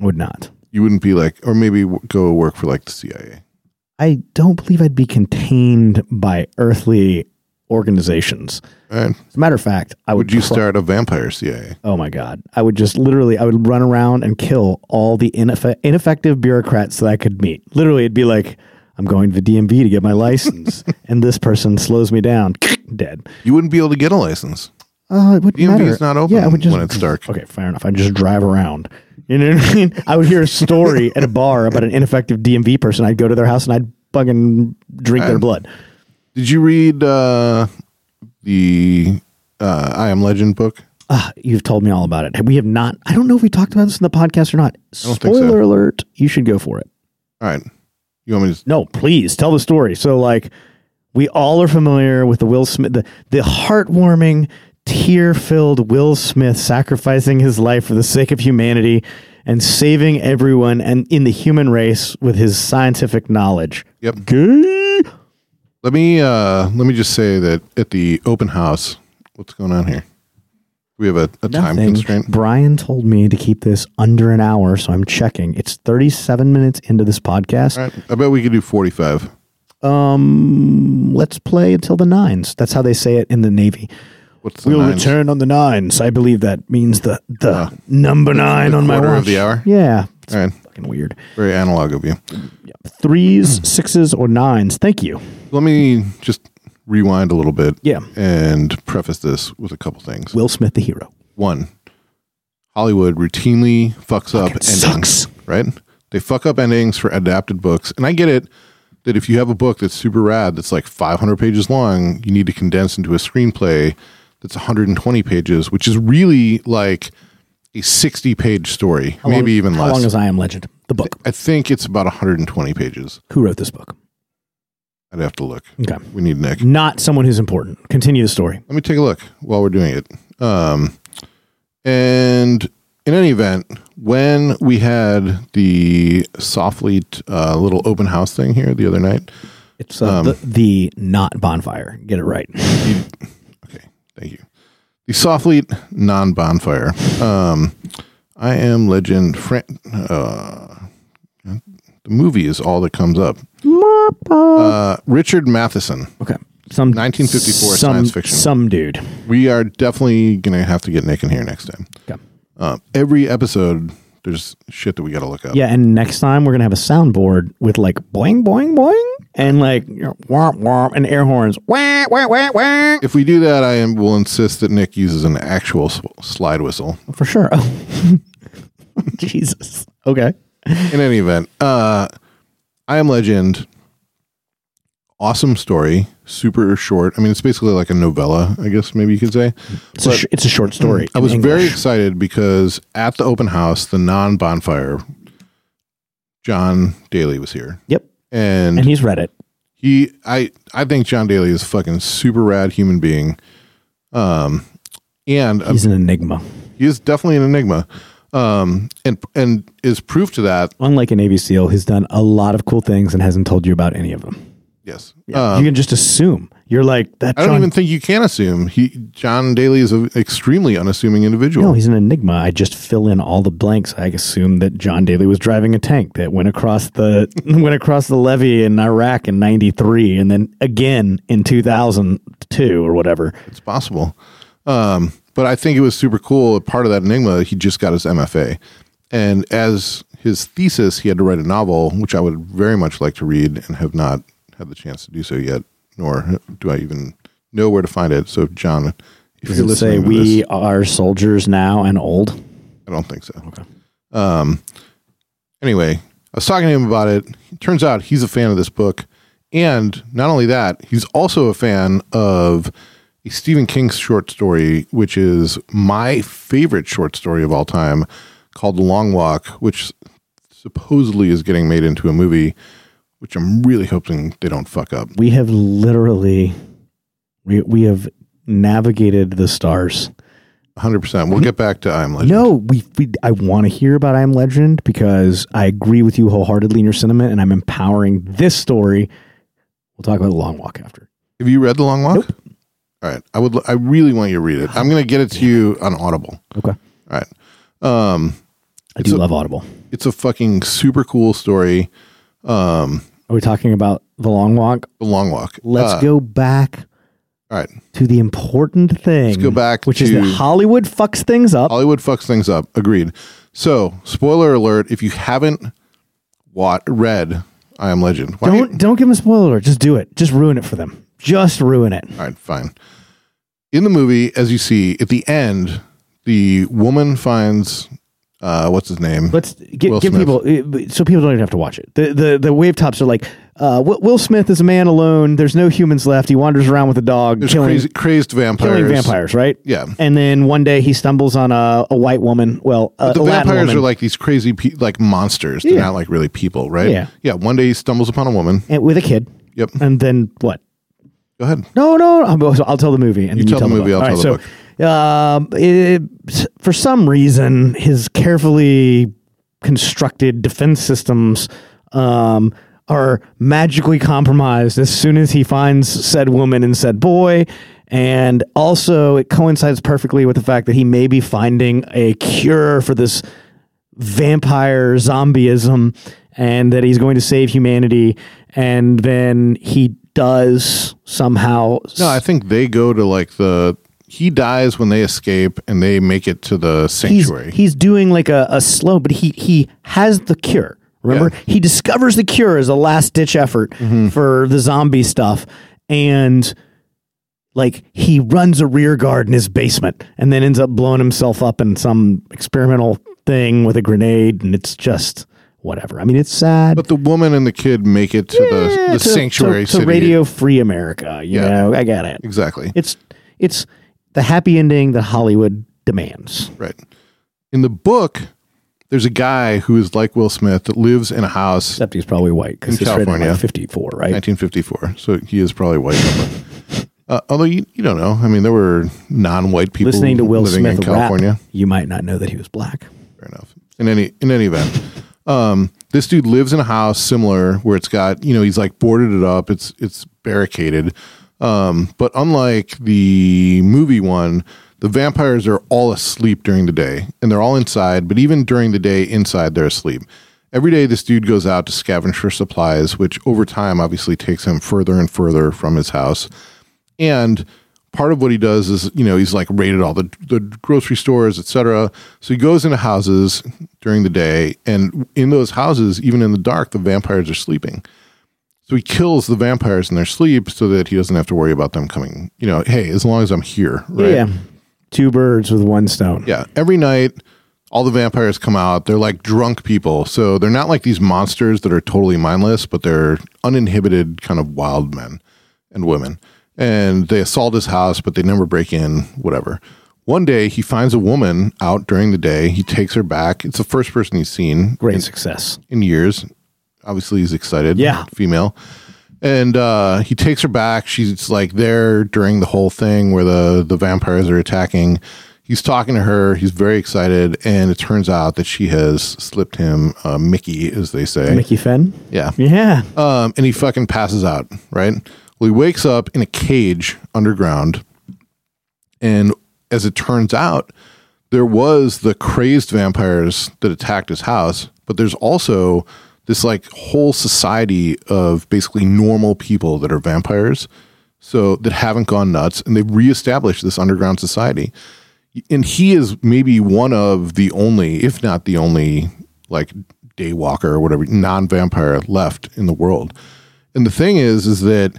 S1: would not.
S2: You wouldn't be like, or maybe w- go work for like the CIA.
S1: I don't believe I'd be contained by earthly organizations.
S2: All right.
S1: As a matter of fact, I would,
S2: Would you
S1: pro-
S2: start a vampire CIA?
S1: Oh my God. I would just literally, I would run around and kill all the ineff- ineffective bureaucrats that I could meet. Literally, it'd be like, I'm going to the DMV to get my license, and this person slows me down, dead.
S2: You wouldn't be able to get a license.
S1: Oh, it wouldn't
S2: DMV
S1: matter.
S2: is not open
S1: I would just-
S2: when it's dark.
S1: Okay, fair enough. I'd just drive around. You know what I mean? I would hear a story at a bar about an ineffective DMV person. I'd go to their house and I'd fucking drink their blood.
S2: Did you read uh, the uh, I Am Legend book?
S1: Ah, you've told me all about it. We have not. I don't know if we talked about this in the podcast or not.
S2: don't think
S1: Spoiler
S2: so.
S1: alert! You should go for it.
S2: All right. You want me to? s-
S1: No, please tell the story. So, like, we all are familiar with the Will Smith, the, the heartwarming, tear filled Will Smith sacrificing his life for the sake of humanity and saving everyone and in the human race with his scientific knowledge.
S2: Yep.
S1: Gay.
S2: Let me uh, let me just say that at the open house, what's going on here? We have a, a time
S1: Nothing.
S2: constraint.
S1: Brian told me to keep this under an hour, so I'm checking. It's 37 minutes into this podcast.
S2: All right. I bet we could do forty-five.
S1: Um, let's play until the nines. That's how they say it in the Navy.
S2: What's the
S1: We'll
S2: nines?
S1: return on the nines. I believe that means the the number nine on my
S2: quarter
S1: watch.
S2: of the hour?
S1: Yeah, it's
S2: All right.
S1: fucking weird.
S2: Very analog of you.
S1: Threes, sixes, or nines. Thank you.
S2: Let me just rewind a little bit.
S1: Yeah.
S2: And preface this with a couple things.
S1: Will Smith, the hero.
S2: One, Hollywood routinely fucks up
S1: It
S2: endings.
S1: sucks.
S2: right? They fuck up endings for adapted books. And I get it that if you have a book that's super rad, that's like 500 pages long, you need to condense into a screenplay that's 120 pages, which is really like a 60 page story,
S1: How
S2: maybe
S1: long-
S2: even
S1: How long
S2: less.
S1: is I Am Legend? The book.
S2: I think it's about 120 pages.
S1: Who wrote this book?
S2: I'd have to look.
S1: Okay.
S2: We need Nick.
S1: Not someone who's important. Continue the story.
S2: Let me take a look while we're doing it. Um, and in any event, when we had the softly t- uh, little open house thing here the other night,
S1: It's uh,
S2: Um,
S1: the, the not bonfire. Get it right.
S2: Okay, thank you. The Sawfleet non bonfire. Um, I am Legend. Fran- uh, the movie is all that comes up. Uh, Richard Matheson.
S1: Okay. Some
S2: 1954
S1: some,
S2: science fiction.
S1: Some dude.
S2: We are definitely gonna have to get Nick in here next time.
S1: Okay.
S2: Uh, every episode, there's shit that we gotta look up.
S1: Yeah, and next time we're gonna have a soundboard with like boing boing boing and like you know, womp womp and air horns. Wah, wah, wah, wah.
S2: If we do that, I am, will insist that Nick uses an actual s- slide whistle.
S1: For sure. Oh. Jesus. Okay.
S2: in any event, uh, I Am Legend, awesome story, super short. I mean, it's basically like a novella, I guess maybe you could say.
S1: It's, a, sh- it's a short story.
S2: I
S1: in
S2: was very
S1: English.
S2: excited because at the open house, the non bonfire, John Daly was here,
S1: Yep.
S2: and,
S1: And he's read it.
S2: he, I, I think John Daly is a fucking super rad human being. Um, and uh,
S1: He's an enigma.
S2: he is definitely an enigma. Um, and and is proof to that.
S1: Unlike a Navy SEAL, he's done a lot of cool things and hasn't told you about any of them.
S2: Yes. Um,
S1: you can just assume. You're like that.
S2: Uh, I don't
S1: John-
S2: even think you can assume he John Daly is an extremely unassuming individual.
S1: No, he's an enigma. I just fill in all the blanks. I assume that John Daly was driving a tank that went across the went across the levee in Iraq in '93, and then again in 2002 or whatever.
S2: it's possible, um, but I think it was super cool. Part of that enigma, he just got his MFA, and as his thesis, he had to write a novel, which I would very much like to read and have not had the chance to do so yet. Nor do I even know where to find it. So, John, if
S1: Does
S2: you're
S1: it say
S2: listening, to
S1: we
S2: this,
S1: are soldiers now and old?
S2: I don't think so. Okay. Um, anyway, I was talking to him about it. turns out he's a fan of this book. And not only that, he's also a fan of a Stephen King short story, which is my favorite short story of all time, called The Long Walk, which supposedly is getting made into a movie, which I'm really hoping they don't fuck up.
S1: We have literally, we, we have navigated the stars.
S2: 100%. We'll get back to I'm Legend.
S1: No, we, we I want to hear about I Am Legend because I agree with you wholeheartedly in your sentiment, and I'm empowering this story. We'll talk about the long walk after.
S2: Have you read The Long Walk? All right. I would. I really want you to read it. I'm going to get it to you on Audible.
S1: Okay,
S2: All right. Um,
S1: I do love Audible.
S2: it's a fucking super cool story.
S1: Are we talking about the long walk?
S2: The Long Walk.
S1: Let's
S2: Uh,
S1: go back
S2: All right.
S1: to the important thing. Let's
S2: go back
S1: which is
S2: to-
S1: that Hollywood fucks things up.
S2: Hollywood fucks things up. Agreed. So, spoiler alert: if you haven't wat- read I Am Legend, why
S1: don't don't give them a spoiler. alert. Just do it. Just ruin it for them. Just ruin it.
S2: All right, fine. In the movie, as you see at the end, the woman finds uh, what's his name?
S1: Let's
S2: Will
S1: get, give
S2: Smith.
S1: people uh, so people don't even have to watch it. The the the wave tops are like uh, Wi- Will Smith is a man alone. There's no humans left. He wanders around with a dog,
S2: There's
S1: killing
S2: crazy, crazed vampires.
S1: killing vampires, right?
S2: Yeah.
S1: And then one day he stumbles on a, a white woman. Well, a,
S2: The
S1: a Latin
S2: vampires
S1: woman.
S2: are like these crazy, pe- like monsters. They're
S1: Yeah.
S2: not like really people, right?
S1: Yeah.
S2: Yeah. One day he stumbles upon a woman.
S1: and, eh, with a kid.
S2: Yep.
S1: And then what?
S2: Go ahead.
S1: No, no. I'll, I'll tell the movie. And you,
S2: tell the movie, I'll
S1: All
S2: tell the
S1: so, Um, it, for some reason, his carefully constructed defense systems um, are magically compromised as soon as he finds said woman and said boy. And also, it coincides perfectly with the fact that he may be finding a cure for this vampire zombieism and that he's going to save humanity. And then he does somehow.
S2: No, Uh, I think they go to like the. He dies when they escape, and they make it to the
S1: he's,
S2: sanctuary.
S1: he's doing like a, a slow, but he, he has the cure. Remember, he discovers the cure as a last ditch effort
S2: Mm-hmm.
S1: for the zombie stuff. And like he runs a rear guard in his basement and then ends up blowing himself up in some experimental thing with a grenade. And it's just whatever. I mean, it's sad.
S2: but the woman and the kid make it to the,
S1: Yeah,
S2: the
S1: Eh, to-
S2: sanctuary
S1: to, to
S2: city.
S1: Radio Free America. You
S2: Yeah.
S1: know, I get it.
S2: Exactly.
S1: It's it's the happy ending that Hollywood demands.
S2: Right. In the book, there's a guy who is like Will Smith that lives in a house,
S1: Except he's probably white because
S2: In
S1: he's rated
S2: California.
S1: like fifty four, right?
S2: 1954. So he is probably white. uh, although you, you don't know. I mean, there were non-white people
S1: Listening to Will
S2: living
S1: Smith
S2: in California.
S1: rap, you might not know that he was black.
S2: Fair enough. In any in any event, um, this dude lives in a house similar where it's got you know he's like boarded it up. It's it's barricaded. Um, but unlike the movie one, the vampires are all asleep during the day and they're all inside. But even during the day inside, they're asleep. Every day, this dude goes out to scavenge for supplies, which over time obviously takes him further and further from his house. And part of what he does is, you know, he's like raided all the, the grocery stores, etc. So he goes into houses during the day, and in those houses, even in the dark, the vampires are sleeping. So he kills the vampires in their sleep so that he doesn't have to worry about them coming. You know, hey, as long as I'm here, right?
S1: Yeah, two birds with one stone.
S2: Yeah. Every night, all the vampires come out. They're like drunk people. So they're not like these monsters that are totally mindless, but they're uninhibited, kind of wild men and women. And they assault his house, but they never break in, whatever. One day, he finds a woman out during the day. He takes her back. It's the first person he's seen
S1: Great success.
S2: in years. Obviously, he's excited.
S1: Yeah.
S2: Female. And uh, he takes her back. She's like there during the whole thing where the, the vampires are attacking. He's talking to her. He's very excited. And it turns out that she has slipped him a Mickey, as they say.
S1: Mickey Fenn.
S2: Yeah.
S1: Yeah,
S2: Um, and he fucking passes out, right? Well, he wakes up in a cage underground. And as it turns out, there was the crazed vampires that attacked his house, but there's also this like whole society of basically normal people that are vampires. So that haven't gone nuts and they've reestablished this underground society. And he is maybe one of the only, if not the only, like daywalker or whatever, non vampire left in the world. And the thing is, is that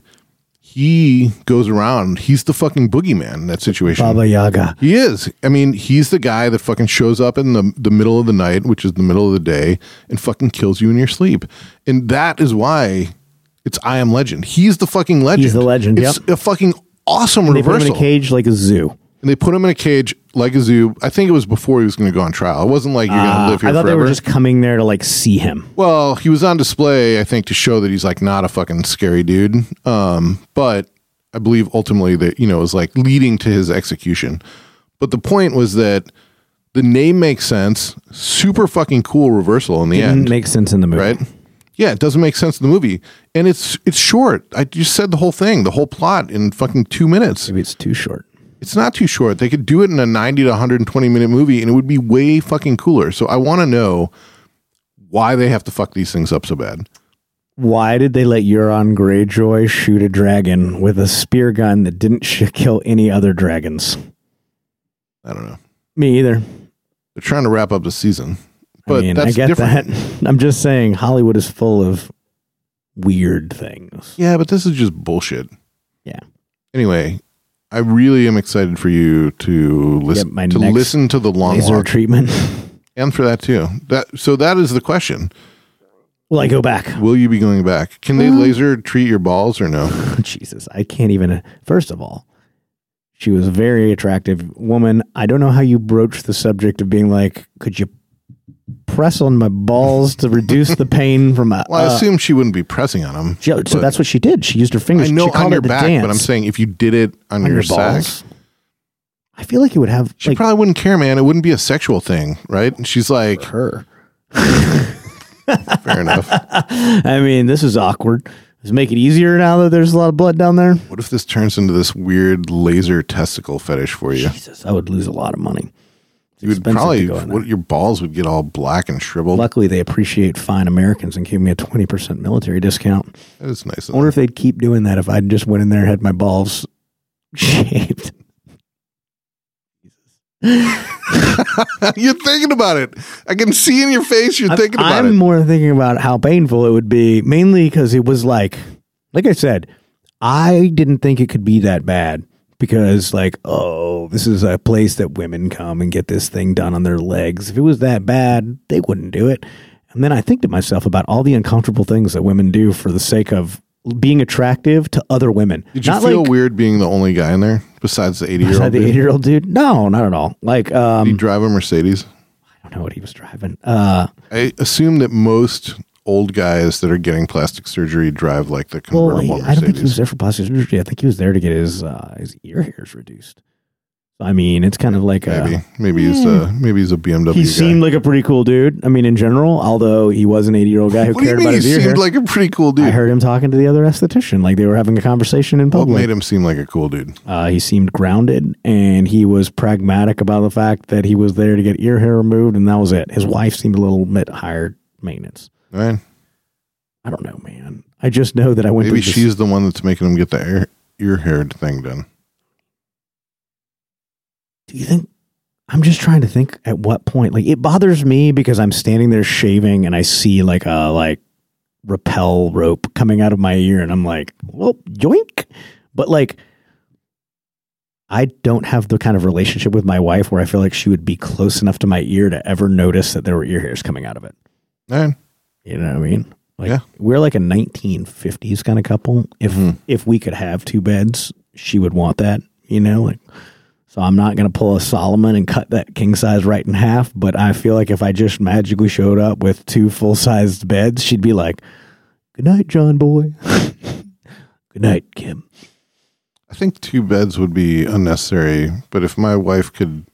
S2: he goes around, he's the fucking boogeyman in that situation.
S1: Baba Yaga.
S2: He is. I mean, he's the guy that fucking shows up in the, the middle of the night, which is the middle of the day, and fucking kills you in your sleep. And that is why it's I Am Legend. He's the fucking legend.
S1: the legend,
S2: It's
S1: yep.
S2: a fucking awesome
S1: They put him
S2: reversal.
S1: in a cage like a zoo.
S2: and they put him in a cage like a zoo. I think it was before he was going to go on trial. It wasn't like you're going
S1: Uh,
S2: to
S1: I
S2: live here
S1: thought they
S2: forever.
S1: were just coming there to like see him.
S2: well, he was on display, I think, to show that he's like not a fucking scary dude. Um, but I believe ultimately that you know it was like leading to his execution. But the point was that the name makes sense. Super fucking cool reversal in the
S1: Didn't
S2: end.
S1: make sense in the movie.
S2: right? Yeah, it doesn't make sense in the movie, and it's it's short. I just said the whole thing, the whole plot in fucking two minutes.
S1: Maybe it's too short.
S2: It's not too short. They could do it in a ninety to one hundred and twenty minute movie, and it would be way fucking cooler. So I want to know why they have to fuck these things up so bad.
S1: Why did they let Euron Greyjoy shoot a dragon with a spear gun that didn't sh- kill any other dragons?
S2: I don't know.
S1: Me either.
S2: They're trying to wrap up the season, but
S1: I mean,
S2: that's
S1: I get
S2: different.
S1: that. I'm just saying Hollywood is full of weird things.
S2: Yeah, but this is just bullshit.
S1: Yeah.
S2: Anyway, I really am excited for you to listen
S1: Get my
S2: to
S1: next
S2: listen to the long
S1: Laser
S2: walk,
S1: treatment.
S2: and for that too. That so that is the question.
S1: Will I go back?
S2: Will you be going back? Can
S1: Mm.
S2: they laser treat your balls or no?
S1: Oh, Jesus, I can't even. uh, First of all, she was a very attractive woman. I don't know how you broach the subject of being like, could you press on my balls to reduce the pain from a.
S2: Well, I
S1: uh,
S2: assume she wouldn't be pressing on him.
S1: jo- so
S2: but-
S1: that's what she did. She used her fingers.
S2: I know
S1: she called
S2: on your
S1: it a
S2: back,
S1: dance
S2: but I'm saying if you did it on,
S1: on
S2: your,
S1: your
S2: sack,
S1: balls. I feel like it would have
S2: she
S1: like
S2: probably wouldn't care, man. It wouldn't be a sexual thing, right? And she's like,
S1: her.
S2: fair enough.
S1: I mean, this is awkward. Let's make it easier now that there's a lot of blood down there.
S2: What if this turns into this weird laser testicle fetish for you?
S1: Jesus, I would lose a lot of money. It's
S2: You would
S1: expensive to
S2: probably,
S1: go in there.
S2: what, your balls would get all black and shriveled.
S1: Luckily, they appreciate fine Americans and gave me a 20% military discount.
S2: That is nice.
S1: I wonder if they'd keep doing that if I just went in there and had my balls shaved.
S2: you're thinking about it. I can see in your face you're thinking about
S1: I'm
S2: it.
S1: more thinking about how painful it would be, mainly because it was like, like I said, I didn't think it could be that bad because, like, oh, this is a place that women come and get this thing done on their legs. If it was that bad, they wouldn't do it. And then I think to myself about all the uncomfortable things that women do for the sake of being attractive to other women.
S2: Did you feel
S1: like
S2: weird being the only guy in there besides the 80 year
S1: beside
S2: old?
S1: the
S2: dude?
S1: eight-year-old dude? No, not at all. Like, um,
S2: You drive a Mercedes?
S1: I don't know what he was driving. Uh,
S2: I assume that most old guys that are getting plastic surgery drive like the
S1: Well,
S2: convertible
S1: I don't think he
S2: Mercedes.
S1: was there for plastic surgery. I think he was there to get his uh, his ear hairs reduced. I mean, it's kind of like
S2: maybe,
S1: a.
S2: maybe he's a maybe he's a BMW.
S1: He
S2: guy.
S1: seemed like a pretty cool dude. I mean, in general, although he was an 80 year old guy who
S2: what do you
S1: cared
S2: mean?
S1: about
S2: He
S1: his ear hair.
S2: seemed like a pretty cool
S1: I
S2: dude.
S1: heard him talking to the other esthetician, like they were having a conversation in
S2: What
S1: public.
S2: made him seem like a cool dude?
S1: Uh, he seemed grounded and he was pragmatic about the fact that he was there to get ear hair removed, and that was it. His wife seemed a little bit higher maintenance.
S2: All right,
S1: I don't know, man. I just know that I went
S2: maybe
S1: to this-
S2: she's the one that's making him get the ear, ear hair thing done.
S1: do you think I'm just trying to think at what point like it bothers me because I'm standing there shaving and I see like a like rappel rope coming out of my ear and I'm like, well, yoink. But like I don't have the kind of relationship with my wife where I feel like she would be close enough to my ear to ever notice that there were ear hairs coming out of it.
S2: All right,
S1: You know what I mean? Like
S2: Yeah.
S1: we're like a 1950s kind of couple. If
S2: Mhm.
S1: if we could have two beds, she would want that. You know, like so I'm not gonna pull a Solomon and cut that king size right in half. But I feel like if I just magically showed up with two full sized beds, she'd be like, "Good night, John boy. Good night, Kim."
S2: I think two beds would be unnecessary, but if my wife could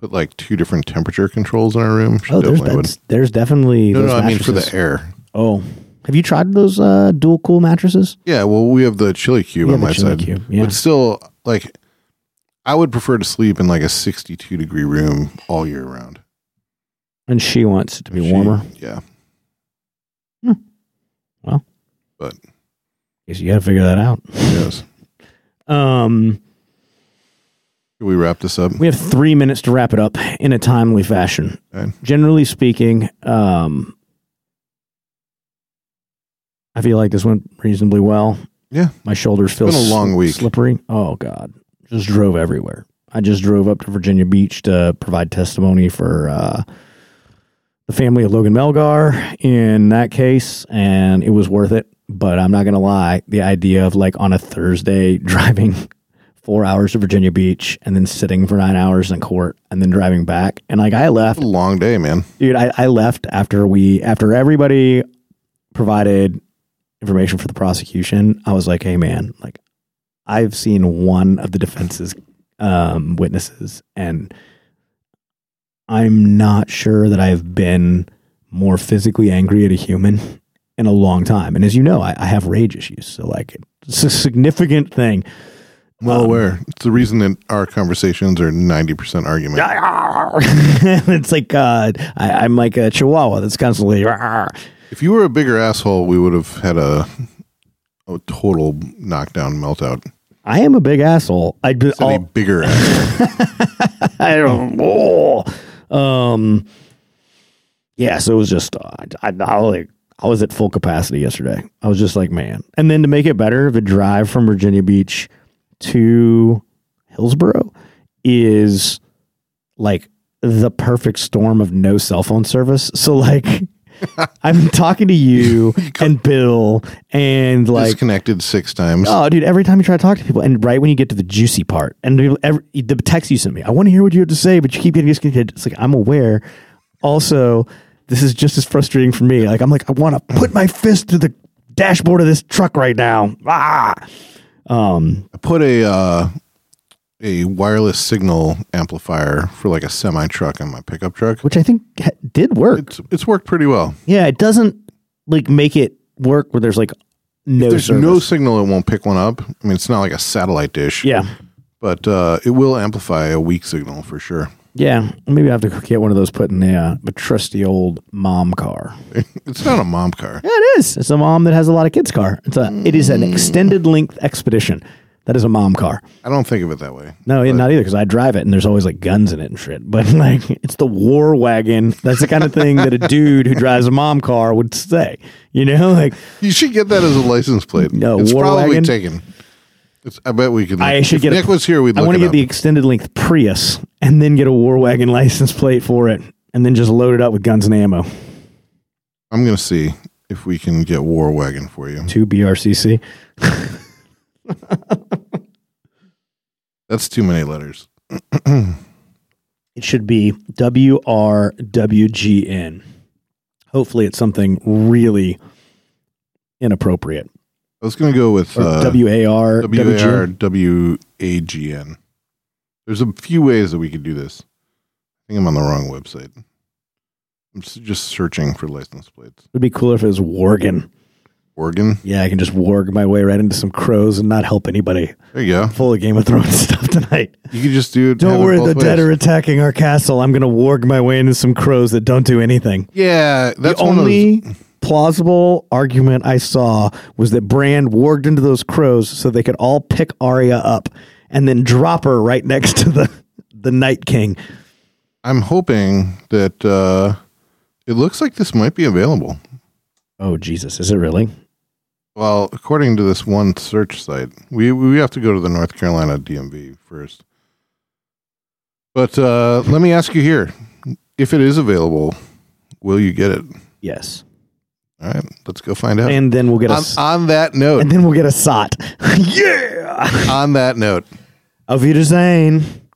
S2: put like two different temperature controls in our room, she
S1: Oh, there's
S2: definitely would.
S1: beds. There's definitely
S2: No,
S1: those
S2: no, I mean for the
S1: mattresses.
S2: air.
S1: Oh, have you tried those uh, dual cool mattresses?
S2: Yeah, well, we have the chili cube
S1: We
S2: on
S1: have a
S2: my
S1: chili
S2: side,
S1: cube, yeah.
S2: but still, like, I would prefer to sleep in like a sixty-two degree room all year round.
S1: And she wants it to be
S2: She-
S1: warmer.
S2: yeah.
S1: Guess you got to figure that out.
S2: Yes.
S1: Um.
S2: Can we wrap this up?
S1: We have three minutes to wrap it up in a timely fashion.
S2: Okay.
S1: Generally speaking, um, I feel like this went reasonably well.
S2: Yeah.
S1: My shoulders feel
S2: been a long week.
S1: slippery. Oh God, just drove everywhere. I just drove up to Virginia Beach to provide testimony for uh, the family of Logan Melgar in that case, and it was worth it. But I'm not gonna lie, the idea of like on a Thursday driving four hours to Virginia Beach and then sitting for nine hours in court and then driving back. And like I left,
S2: a long day, man.
S1: dude, I, I left after we after everybody provided information for the prosecution. I was like, hey man, like I've seen one of the defense's um, witnesses, and I'm not sure that I've been more physically angry at a human in a long time. And as you know, I, I have rage issues, so like it's a significant thing. Um,
S2: Well aware. It's the reason that our conversations are ninety percent argument.
S1: it's like uh, I, I'm like a chihuahua that's constantly.
S2: If you were a bigger asshole, we would have had a a total knockdown meltout.
S1: I am a big asshole. I do.
S2: Said a bigger asshole.
S1: I don't. Oh. Um. Yeah. So it was just. Uh, I, I, I like. I was at full capacity yesterday. I was just like, man. And then to make it better, the drive from Virginia Beach to Hillsboro is like the perfect storm of no cell phone service. So like. I'm talking to you and Bill and like
S2: Disconnected six times.
S1: Oh, dude! Every time you try to talk to people, and right when you get to the juicy part, and the- every, the text you sent me, I want to hear what you have to say, but you keep getting disconnected. It's like I'm aware. Also, this is just as frustrating for me. Like I'm like I want to put my fist to the dashboard of this truck right now. Ah, um,
S2: I put a uh, a wireless signal amplifier for like a semi truck in my pickup truck.
S1: which I think ha- did work.
S2: It's it's worked pretty well.
S1: yeah, it doesn't like make it work where there's like no
S2: There's
S1: service.
S2: no signal; it won't pick one up. I mean, it's not like a satellite dish.
S1: yeah.
S2: but uh, it will amplify a weak signal for sure.
S1: Yeah, maybe I have to get one of those put in the, uh, the trusty old mom car.
S2: It's not a mom car.
S1: Yeah, it is. It's a mom that has a lot of kids' car. It's a. It is an
S2: Mm.
S1: extended length expedition. That is a mom car.
S2: I don't think of it that way.
S1: No, yeah, not either because I drive it and there's always like guns in it and shit. But like, it's the war wagon. That's the kind of thing that a dude who drives a mom car would say. You know, like
S2: You should get that as a license plate.
S1: No,
S2: it's
S1: war
S2: probably
S1: wagon?
S2: taken. It's, I bet we could.
S1: I should
S2: if
S1: get a-
S2: Nick was here. We'd
S1: I
S2: look
S1: want
S2: it
S1: to get
S2: up.
S1: the extended length Prius and then get a war wagon license plate for it and then just load it up with guns and ammo.
S2: I'm going to see if we can get war wagon for you.
S1: Two BRCC.
S2: That's too many letters.
S1: It should be WRWGN. Hopefully, it's something really inappropriate.
S2: I was going to go with
S1: Or
S2: uh,
S1: WAR.
S2: W A R
S1: WGN.
S2: W A G N. There's a few ways that we could do this. I think I'm on the wrong website. I'm s- just searching for license plates.
S1: It would be cooler if it was Worgen.
S2: Oregon.
S1: Yeah, I can just warg my way right into some crows and not help anybody.
S2: There you go.
S1: Full of Game of Thrones stuff tonight.
S2: You could just do.
S1: Don't
S2: have it
S1: worry,
S2: both
S1: the
S2: ways.
S1: dead are attacking our castle. I'm going to warg my way into some crows that don't do anything.
S2: Yeah, that's
S1: the
S2: one of those-
S1: only plausible argument I saw was that Brand warged into those crows so they could all pick Arya up and then drop her right next to the the Night King.
S2: I'm hoping that uh, it looks like this might be available.
S1: Oh Jesus, is it really?
S2: Well, according to this one search site, we we have to go to the North Carolina DMV first. But uh, let me ask you here: if it is available, will you get it?
S1: Yes.
S2: All right, let's go find out.
S1: And then we'll get a
S2: on,
S1: s-
S2: on that note,
S1: and then we'll get a sot. yeah.
S2: on that note,
S1: Auf Wiedersehen.